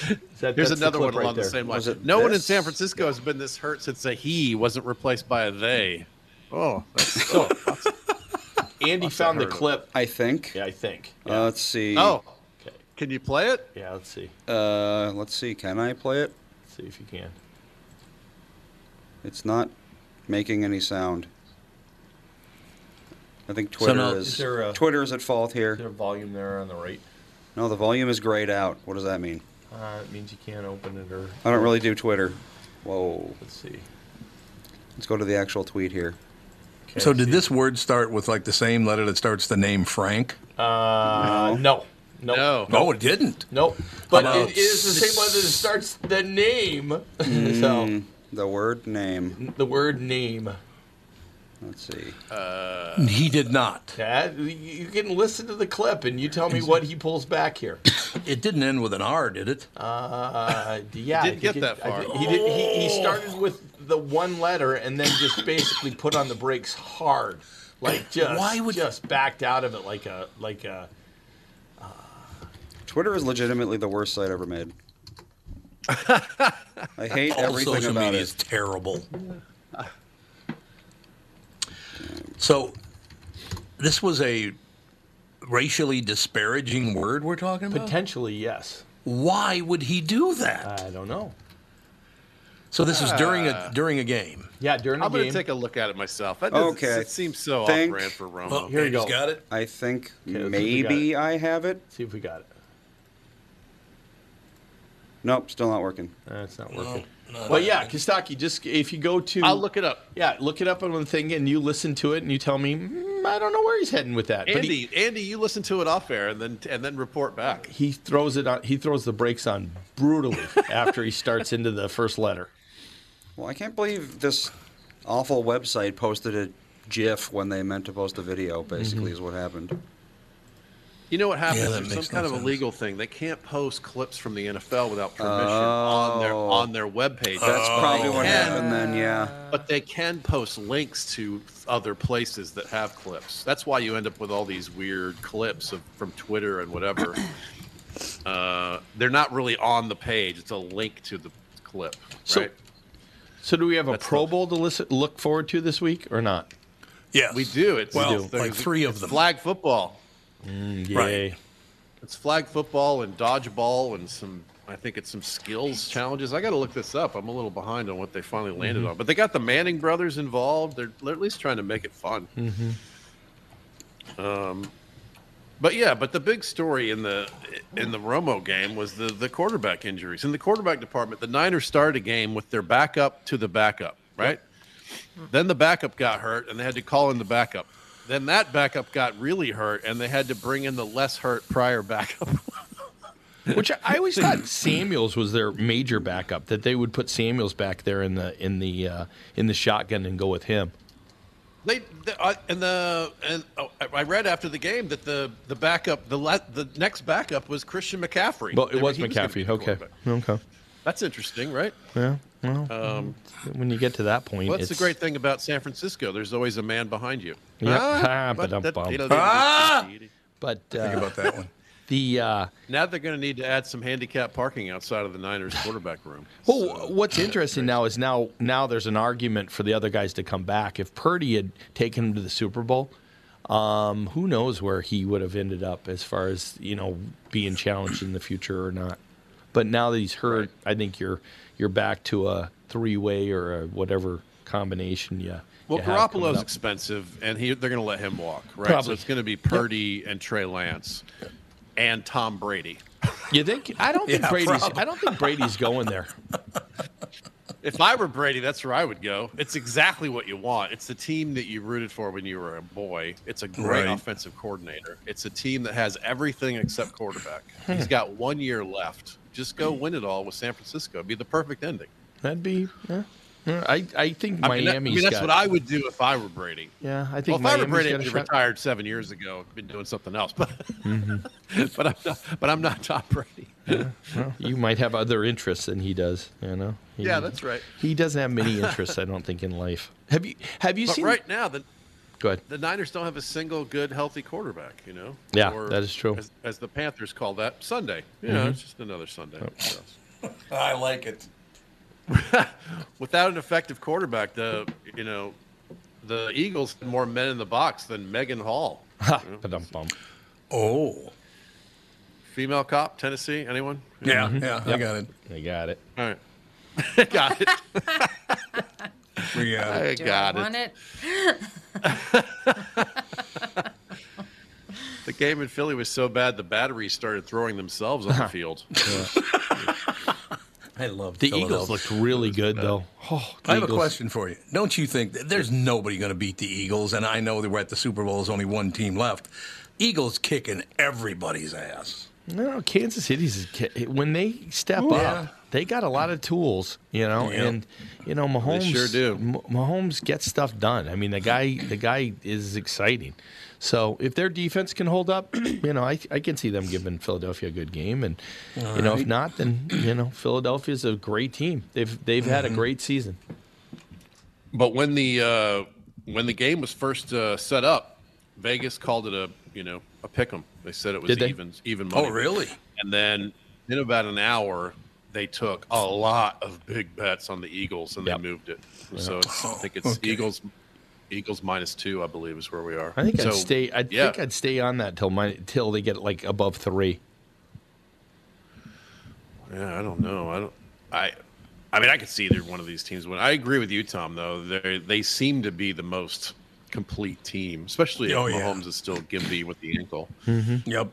J: Here's another one along the same lines.
C: Was it
J: No one in
C: this?
J: San Francisco has been this hurt since a he wasn't replaced by a they. Oh, that's,
D: So Andy found the
J: heard of.
D: clip.
C: I think.
D: Yeah, I think.
C: Uh, let's see.
J: oh,
D: Okay.
J: can you play it?
D: Yeah, let's see.
C: Uh, let's see. Can I play it?
D: Let's see if you can.
C: It's not making any sound. I think
A: So
C: Twitter
A: now-
C: is,
D: Is there a-
C: Twitter is at fault
D: Is
C: here.
D: there volume there on the right?
C: No, the volume is grayed out. What does that mean?
D: Uh, it means you can't open it or.
C: I don't really do Twitter. Whoa.
D: Let's see.
C: Let's go to the actual tweet here.
D: Okay,
A: So
D: let's
A: did
D: see.
A: this word start with like the same letter that starts the name Frank?
D: Uh, no. No.
J: No.
A: No, it didn't.
D: Nope. But
A: Hello.
D: it is the same one that starts the name.
C: Mm.
D: so
C: The word name.
D: the word name.
C: Let's see.
A: Uh, He did not.
D: Dad, you can listen to the clip and you tell me what he pulls back here.
A: It didn't end with an R, did it?
D: Uh, yeah,
J: He didn't
D: I think
J: get
D: it-
J: that
D: I
J: far.
D: think He, did, he, he started with the one letter and then just basically put on the brakes hard, like just
A: Why would-
D: just backed out of it like a like a.
C: Twitter is legitimately the worst site ever made. I hate
A: All
C: everything
A: social
C: about
A: media
C: it.
A: is terrible. So, this was a racially disparaging word we're talking about.
D: Potentially, yes.
A: Why would he do that?
D: I don't know.
A: So this is during a
D: Uh,
J: Ah.
A: during a game.
D: Yeah, during
J: I'm going to take a look at it myself. That doesn't-
C: Okay.
J: It seems so
C: Think-
J: off-brand for Romo.
A: Oh, it.
C: I think
J: Okay, let's see if we got
C: maybe I have it.
D: See if we got it.
C: Nope, still not working.
D: That's not working. Well, yeah, Kostaki, just if you go to.
J: I'll look it up.
D: Yeah, look it up on the thing and you listen to it and you tell me, "Mm, I don't know where he's heading with that. But he,
J: Andy, Andy, you listen to it off air and then and then report back.
D: he throws it on, he throws the brakes on brutally after he starts into the first letter.
C: Well, I can't believe this awful website posted a GIF when they meant to post a video.
J: Mm-hmm.
C: Basically, is what happened.
J: You know what happens?
C: that
J: There's some
C: makes no
J: kind of a
C: sense.
J: legal thing. They can't post clips from the NFL without permission on their
C: Oh.
J: on their webpage.
C: That's
J: But
C: probably
J: they
C: what
J: can-
C: happened then, yeah.
J: But they can post links to other places that have clips. That's why you end up with all these weird clips of, from Twitter and whatever. uh, they're not really on the page. It's a link to the clip,
D: So-
J: right?
D: So, do we have a Pro Bowl to listen, look forward to this week or not?
A: Yes.
J: We do. It's
D: Well,
J: it's-
D: like three of
J: it's
D: them.
J: Flag football.
D: Mm,
J: Right.
D: yay.
J: It's flag football and dodgeball and some. I think it's some skills challenges. I got to look this up. I'm a little behind on what they finally landed
D: Mhm.
J: on, but they got the Manning brothers involved. They're, they're at least trying to make it fun.
D: Mm-hmm.
J: Um, but yeah, but the big story in the in the Romo game was the the quarterback injuries. In the quarterback department, the Niners started a game with their backup to the backup, right? Then the backup got hurt, and they had to call in the backup. Then that backup got really hurt, and they had to bring in the less hurt prior backup.
D: Which I- I always thought Samuels was their major backup. That they would put Samuels back there in the in the uh, in the shotgun and go with him.
J: They, the, uh, and the and oh, I- I read after the game that the the backup the la- the next backup was Christian McCaffrey.
D: Well, it
J: They-
D: was
J: he gonna be
D: McCaffrey.
J: the
D: Okay,
J: quarterback.
D: okay,
J: that's interesting, right?
D: yeah. Well,
J: Um,
D: when you get to that point,
J: Well, that's
D: it's
J: the great thing about San Francisco. There's always a man behind you.
D: Yep.
J: Ah,
D: Ah,
J: but that-
D: ba-dum-bum.
J: you know, they-
D: Ah! But uh,
J: Think about that one.
D: The uh,
J: Now they're going to need to add some handicap parking outside of the Niners quarterback room.
D: Well, what's interesting now is now now there's an argument for the other guys to come back. If Purdy had taken him to the Super Bowl, um, who knows where he would have ended up as far as you know being challenged in the future or not. But now that he's hurt, I think you're you're back to a three way or a whatever combination. Yeah.
J: Well,
D: you have coming
J: Garoppolo's
D: up.
J: expensive, and he, they're going to let him walk, right? So
D: Probably.
J: it's going to be Purdy and Trey Lance and Tom Brady.
D: You think? I don't think
J: Yeah,
D: Brady's.
J: probably.
D: I don't think Brady's going there.
J: If I were Brady, that's where I would go. It's exactly what you want. It's the team that you rooted for when you were a boy. It's a great
A: Right.
J: offensive coordinator. It's a team that has everything except quarterback.
D: Hmm.
J: He's got one year left. Just go win it all with San Francisco. It'd be the perfect ending.
D: That'd be. Yeah. Yeah, I I think
J: I mean,
D: Miami's
J: that- I mean, that's
D: got-
J: what I would do if I were Brady.
D: Yeah, I think
J: well, if I were
D: Miami's
J: Brady,
D: got
J: I'd
D: a
J: be
D: shot.
J: retired seven years ago. I've been doing something else, but
D: Mhm.
J: but I'm not, but I'm not Tom Brady.
D: Well, you might have other interests than he does. You know. He-
J: Yeah, that's right.
D: He doesn't have many interests, I don't think, in life. Have you? Have you
J: but
D: seen?
J: right now the
D: Go ahead.
J: the Niners don't have a single good, healthy quarterback. You know.
D: Yeah, that is true.
J: As, as the Panthers call that Sunday. You know,
D: Mhm.
J: it's just another Sunday. So.
A: I like it.
J: Without an effective quarterback, the you know, the Eagles had more men in the box than Megan Hall. you know?
A: Oh.
J: Female cop, Tennessee. Anyone?
A: Yeah, yeah, I got it.
D: Mm-hmm. I got it.
J: All right. got it.
A: We got it.
J: I got it. The game in Philly was so bad the batteries started throwing themselves on the field.
A: I love
D: Uh-huh. The Eagles looked really good, though. Oh, the
A: I have a
D: Eagles-
A: question for you. Don't you think that there's nobody going to beat the Eagles? And I know that we're at the Super Bowl. There's only one team left. Eagles kicking everybody's ass.
D: No, Kansas City's is ca- when they step
A: Ooh. Yeah.
D: up, they got a lot of tools, you know,
A: Yep.
D: and you know Mahomes
J: sure do.
D: M- Mahomes gets stuff done. I mean, the guy, the guy is exciting. So if their defense can hold up, you know, I, I can see them giving Philadelphia a good game, and you know, if
A: Alright.
D: not, then you know, Philadelphia's a great team. They've they've had a
A: Mhm.
D: great season.
J: But when the uh, when the game was first uh, set up, Vegas called it a you know a pick 'em. They said it was
D: Did they?
J: even even
A: Oh,
J: money.
A: really?
J: And then in about an hour, they took a lot of big bets on the Eagles and
D: Yep.
J: they moved it.
D: Yep.
J: So it's, I think it's
A: Oh, Okay.
J: Eagles Eagles minus two, I believe, is where we are.
D: I think
J: so,
D: I'd stay. I
J: yeah.
D: think I'd stay on that till my till they get like above three.
J: Yeah, I don't know. I don't. I I mean, I could see either one of these teams win. I agree with you, Tom. Though they they seem to be the most complete team, especially if
A: Oh, yeah.
J: Mahomes is still gimpy with the ankle.
K: Hmm.
A: Yep.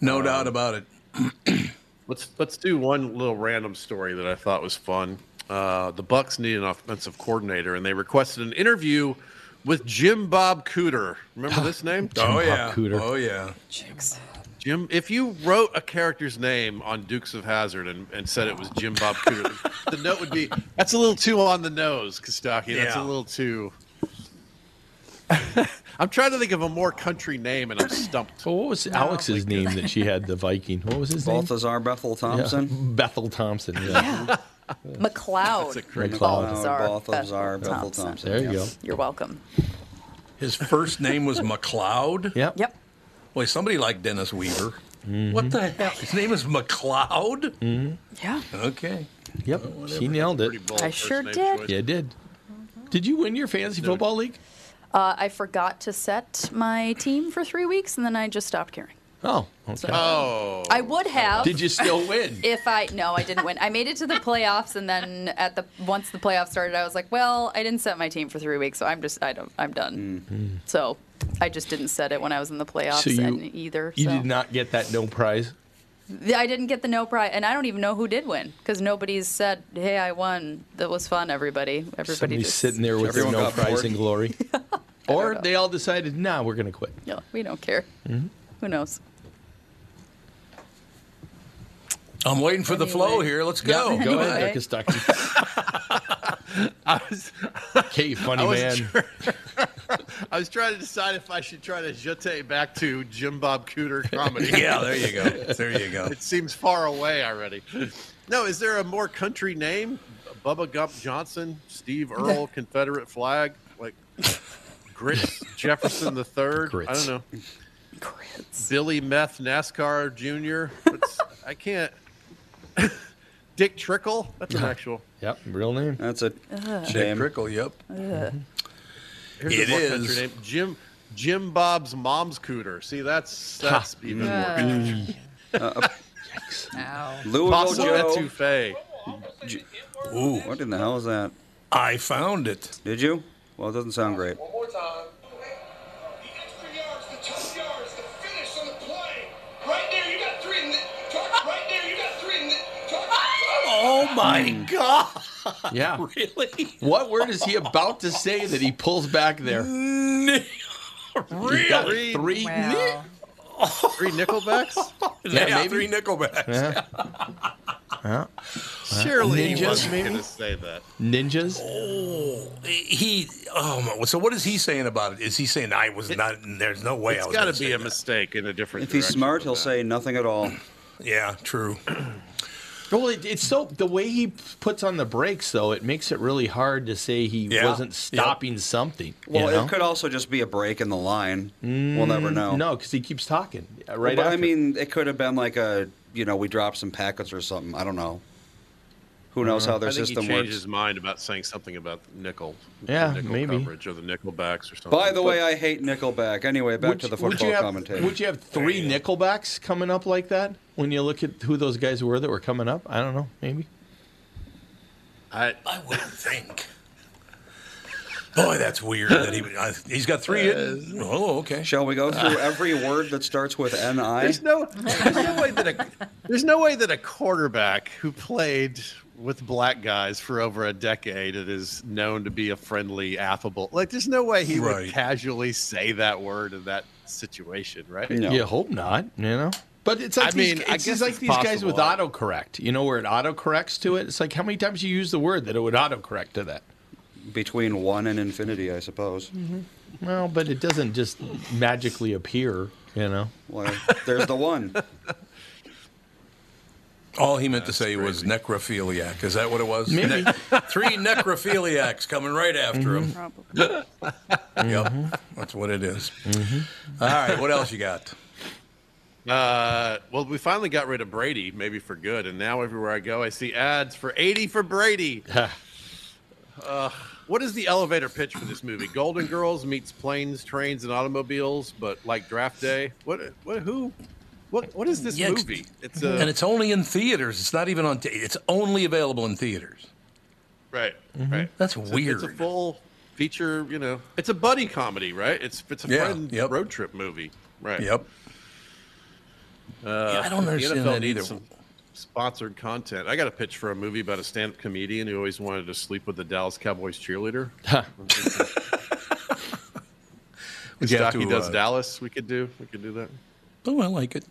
A: No doubt about it.
J: Um, let's let's do one little random story that I thought was fun. Uh, the Bucks need an offensive coordinator, and they requested an interview with Jim Bob Cooter. Remember this name?
A: Jim Oh, Bob yeah. Cooter. Oh yeah.
J: Jim, if you wrote a character's name on Dukes of Hazard and, and said it was Jim Bob Cooter, the note would be that's a little too on the nose, Kostaki. That's
A: Yeah.
J: a little too. I'm trying to think of a more country name, and I'm stumped.
D: Well, what was Alex's name that she had, the Viking? What was his name?
C: Balthazar Bethel
D: Yeah,
C: Thompson.
D: Bethel Thompson. Yeah.
E: McLeod.
D: great
E: Balthazar.
C: Balthazar Bethel
E: Bethel
C: Thompson.
D: There you go.
E: You're welcome.
A: His first name was McLeod.
D: Yep. Mm-hmm.
E: Yep.
A: Well, somebody like Dennis Weaver. What the hell? His name is McLeod.
E: Yeah.
A: Okay.
D: Yep. she nailed it.
E: I sure did.
D: Yeah, it did. Did you win your fantasy football league?
E: Uh, I forgot to set my team for three weeks, and then I just stopped caring.
D: Oh, okay.
J: Oh.
E: I would have.
D: Did you still win?
E: If I no, I didn't win. I made it to the playoffs, and then at the once the playoffs started, I was like, well, I didn't set my team for three weeks, so I'm just I don't I'm done.
D: Mm.
E: So I just didn't set it when I was in the playoffs
D: Hmm. So you-
E: and either.
D: You
E: so.
D: did not get that no prize.
E: The- I didn't get the no prize, and I don't even know who did win because nobody's said, "Hey, I won. That was fun, everybody." Everybody
D: Somebody's
E: just
D: sitting there with their
C: Everyone
D: no
C: got
D: prize
C: bored.
D: and glory. or they all decided, nah, we're going to quit.
E: No, we don't care.
J: Mm-hmm.
E: Who knows?
A: I'm waiting for the flow here. Let's go.
D: Yeah, go ahead,
E: Right.
D: Dr. Stockton. Okay, funny
J: I was
D: man.
J: tr- I was trying to decide if I should try to jete back to Jim Bob Cooter comedy.
A: Yeah, there you go. There you go.
J: It seems far away already. No, is there a more country name? Bubba Gump Johnson, Steve Earle, Confederate flag, like Grits Jefferson the Third. I
D: Grits.
J: don't know.
E: Grits.
J: Billy Meth NASCAR Jr. What's- I can't. Dick Trickle. That's an actual.
D: Yep, real name.
C: That's a
A: Dick
C: shame.
A: Trickle. Yep.
E: Uh,
J: Mm-hmm. Here's
A: It
J: a more country
A: is.
J: name. Jim Jim Bob's mom's cooter. See, that's that's even more Mm-hmm. country.
C: Mm. Uh, Louisville
J: Possible
C: Joe.
J: etouffee.
A: Ooh,
C: What in the hell is that?
A: I found it.
C: Did you? Well, it doesn't sound great.
K: One more time. The extra yards, the tough yards, the finish on the play. Right there, you got three in the truck. Right there, you got three in the truck.
A: Oh my God!
D: Yeah.
A: Really?
D: What word is he about to say that he pulls back there? He's got
A: really?
D: three.
B: Wow.
J: Three Nickelbacks?
A: Yeah,
D: maybe.
A: three Nickelbacks.
D: Yeah.
J: Surely he
D: Ninjas,
J: wasn't
D: maybe?
J: going to say that.
D: Ninjas.
A: He. Oh my. So what is he saying about it? Is he saying I was not? There's no way I
J: It's
A: was.
J: got
A: gonna
J: to
A: say
J: be a
A: that."
J: mistake in a different
C: If he's
J: direction
C: smart,
J: than
C: he'll
J: that.
C: say nothing at all.
A: Yeah. True.
D: Well, it, it's so the way he puts on the brakes, though, it makes it really hard to say he
A: Yeah.
D: wasn't stopping something. you
C: Well,
D: know? Mm,
C: it could also just be a break in the line. we'll never know.
D: no, because he keeps talking uh,
C: Well,
D: right.
C: but I
D: after.
C: mean, it could have been like a you know we dropped some packets or something. I don't know. Who knows
D: Uh-huh.
C: how their
J: I think he
C: system
J: changed
C: works?
J: his mind about saying something about nickel,
D: Yeah,
J: the nickel
D: maybe.
J: coverage or the Nickelbacks or something.
C: By the way, I hate Nickelback. Anyway, back to the
D: would
C: football
D: you have,
C: commentator.
D: Would you have three Nickelbacks coming up like that when you look at who those guys were that were coming up? I don't know, maybe.
J: I,
A: I wouldn't think. Boy, that's weird that he. I, he's got three. hidden- oh, okay.
C: Shall we go through every word that starts with N I?
J: there's no, there's no way that a, there's no way that a quarterback who played with black guys for over a decade and is known to be a friendly, affable. Like, there's no way he
A: Right.
J: would casually say that word in that situation, right?
C: No.
D: You hope not, you know. But it's like
J: I
D: these,
J: mean,
D: it's
J: I
D: just
J: guess
D: like
J: it's
D: these guys with
J: possible.
D: autocorrect. You know where it autocorrects to it. It's like how many times you use the word that it would autocorrect to that.
C: Between one and infinity, I suppose.
D: Well, but it doesn't just magically appear. You know.
C: Well, there's the one.
A: All he meant to say was necrophiliac. Is that what it was? Ne-
D: Maybe.
A: three necrophiliacs coming right after him.
E: Probably.
A: Yep, that's what it is.
J: Mm-hmm.
A: All right, what else you got?
J: Uh, well, we finally got rid of Brady, maybe for good, and now everywhere I go, I see ads for eighty for Brady. uh, what is the elevator pitch for this movie? Golden Girls meets planes, trains, and automobiles, but like Draft Day. What? What? Who? What What is this
A: Yeah, ex-
J: movie? It's a
A: and it's only in theaters. It's not even on. T- it's only available in theaters.
J: right, right.
A: That's
J: It's a-
A: weird.
J: it's a full feature. You know, it's a buddy comedy, right? It's it's a
A: Yeah,
J: friend road trip movie, right?
A: Yep.
J: Uh,
A: I don't
J: the
A: understand
J: NFL
A: that
J: needs
A: either.
J: some sponsored content. I got a pitch for a movie about a stand-up comedian who always wanted to sleep with the Dallas Cowboys cheerleader.
A: Would you have
J: Stocky
A: to,
J: does
A: uh,
J: Dallas. We could do. We could do that.
A: Oh, I like it.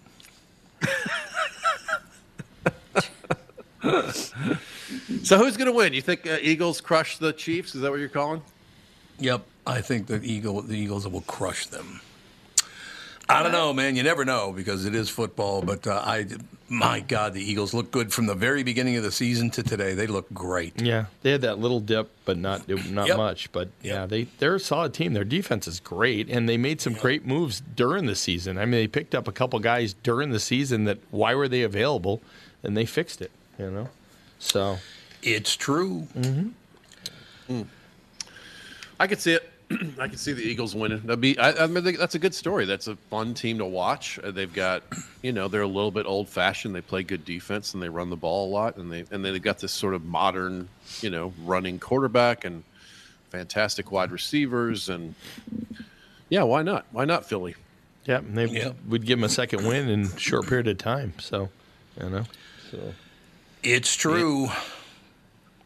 J: so who's going to win? You think uh, Eagles crush the Chiefs? Is that what you're calling?
A: Yep, I think the eagle the Eagles will crush them. I don't know, man. You never know because it is football. But uh, I, my God, the Eagles look good from the very beginning of the season to today. They look great.
D: Yeah, they had that little dip, but not it- not
A: Yep.
D: much. But yeah, they they're a solid team. Their defense is great, and they made some great moves during the season. I mean, they picked up a couple guys during the season that why were they available, and they fixed it. You know, so
A: it's true.
D: hmm
J: I could see it. I could see the Eagles winning. That'd be. I, I mean, they- that's a good story. That's a fun team to watch. Uh, They've got, you know, they're a little bit old fashioned. They play good defense and they run the ball a lot. And they and they've got this sort of modern, you know, running quarterback and fantastic wide receivers. And yeah, why not? Why not Philly?
D: Yeah, and they would give them a second win in a short period of time. So, you know, so
A: it's true.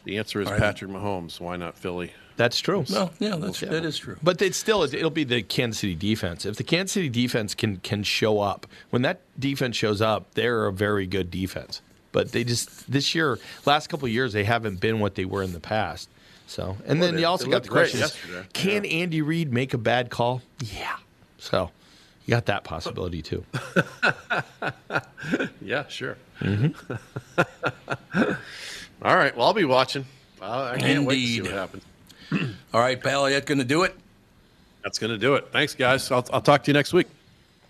J: The answer is
D: All right.
J: Patrick Mahomes. Why not Philly?
D: That's true.
A: No, yeah, that's, that is true.
D: But it's still it'll be the Kansas City defense. If the Kansas City defense can can show up, when that defense shows up, they're a very good defense. But they just this year, last couple of years, they haven't been what they were in the past. So, and
J: Well,
D: then
J: they-
D: you also
J: they
D: got
J: looked
D: the
J: great
D: question: is,
J: yesterday.
D: Can Andy Reid make a bad call? Yeah. So, you got that possibility too.
J: Yeah, sure.
D: Mhm.
J: All right. Well, I'll be watching. Uh, I I can't wait to see
A: Indeed.
J: what happens.
A: All right, pal, that going to do it?
J: That's going to do it. Thanks, guys. I'll, I'll talk to you next week.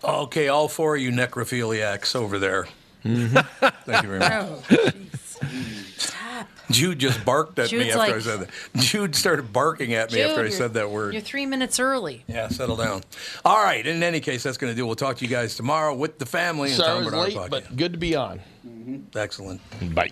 A: Okay, all four of you necrophiliacs over there.
D: Mm-hmm.
A: Thank you very much. Jude just barked at me
B: Jude's
A: after I
B: like-
A: said that. Jude started barking at me
B: Jude,
A: after I
B: you're-
A: said that word.
B: You're three minutes early.
A: Yeah, settle down. All right. In any case, that's going to do. it. We'll talk to you guys tomorrow with the family. and
D: Sorry I
A: Tom
D: was
A: Bernard
D: late,
A: podcast.
D: but good to be on.
A: Excellent.
D: Bye.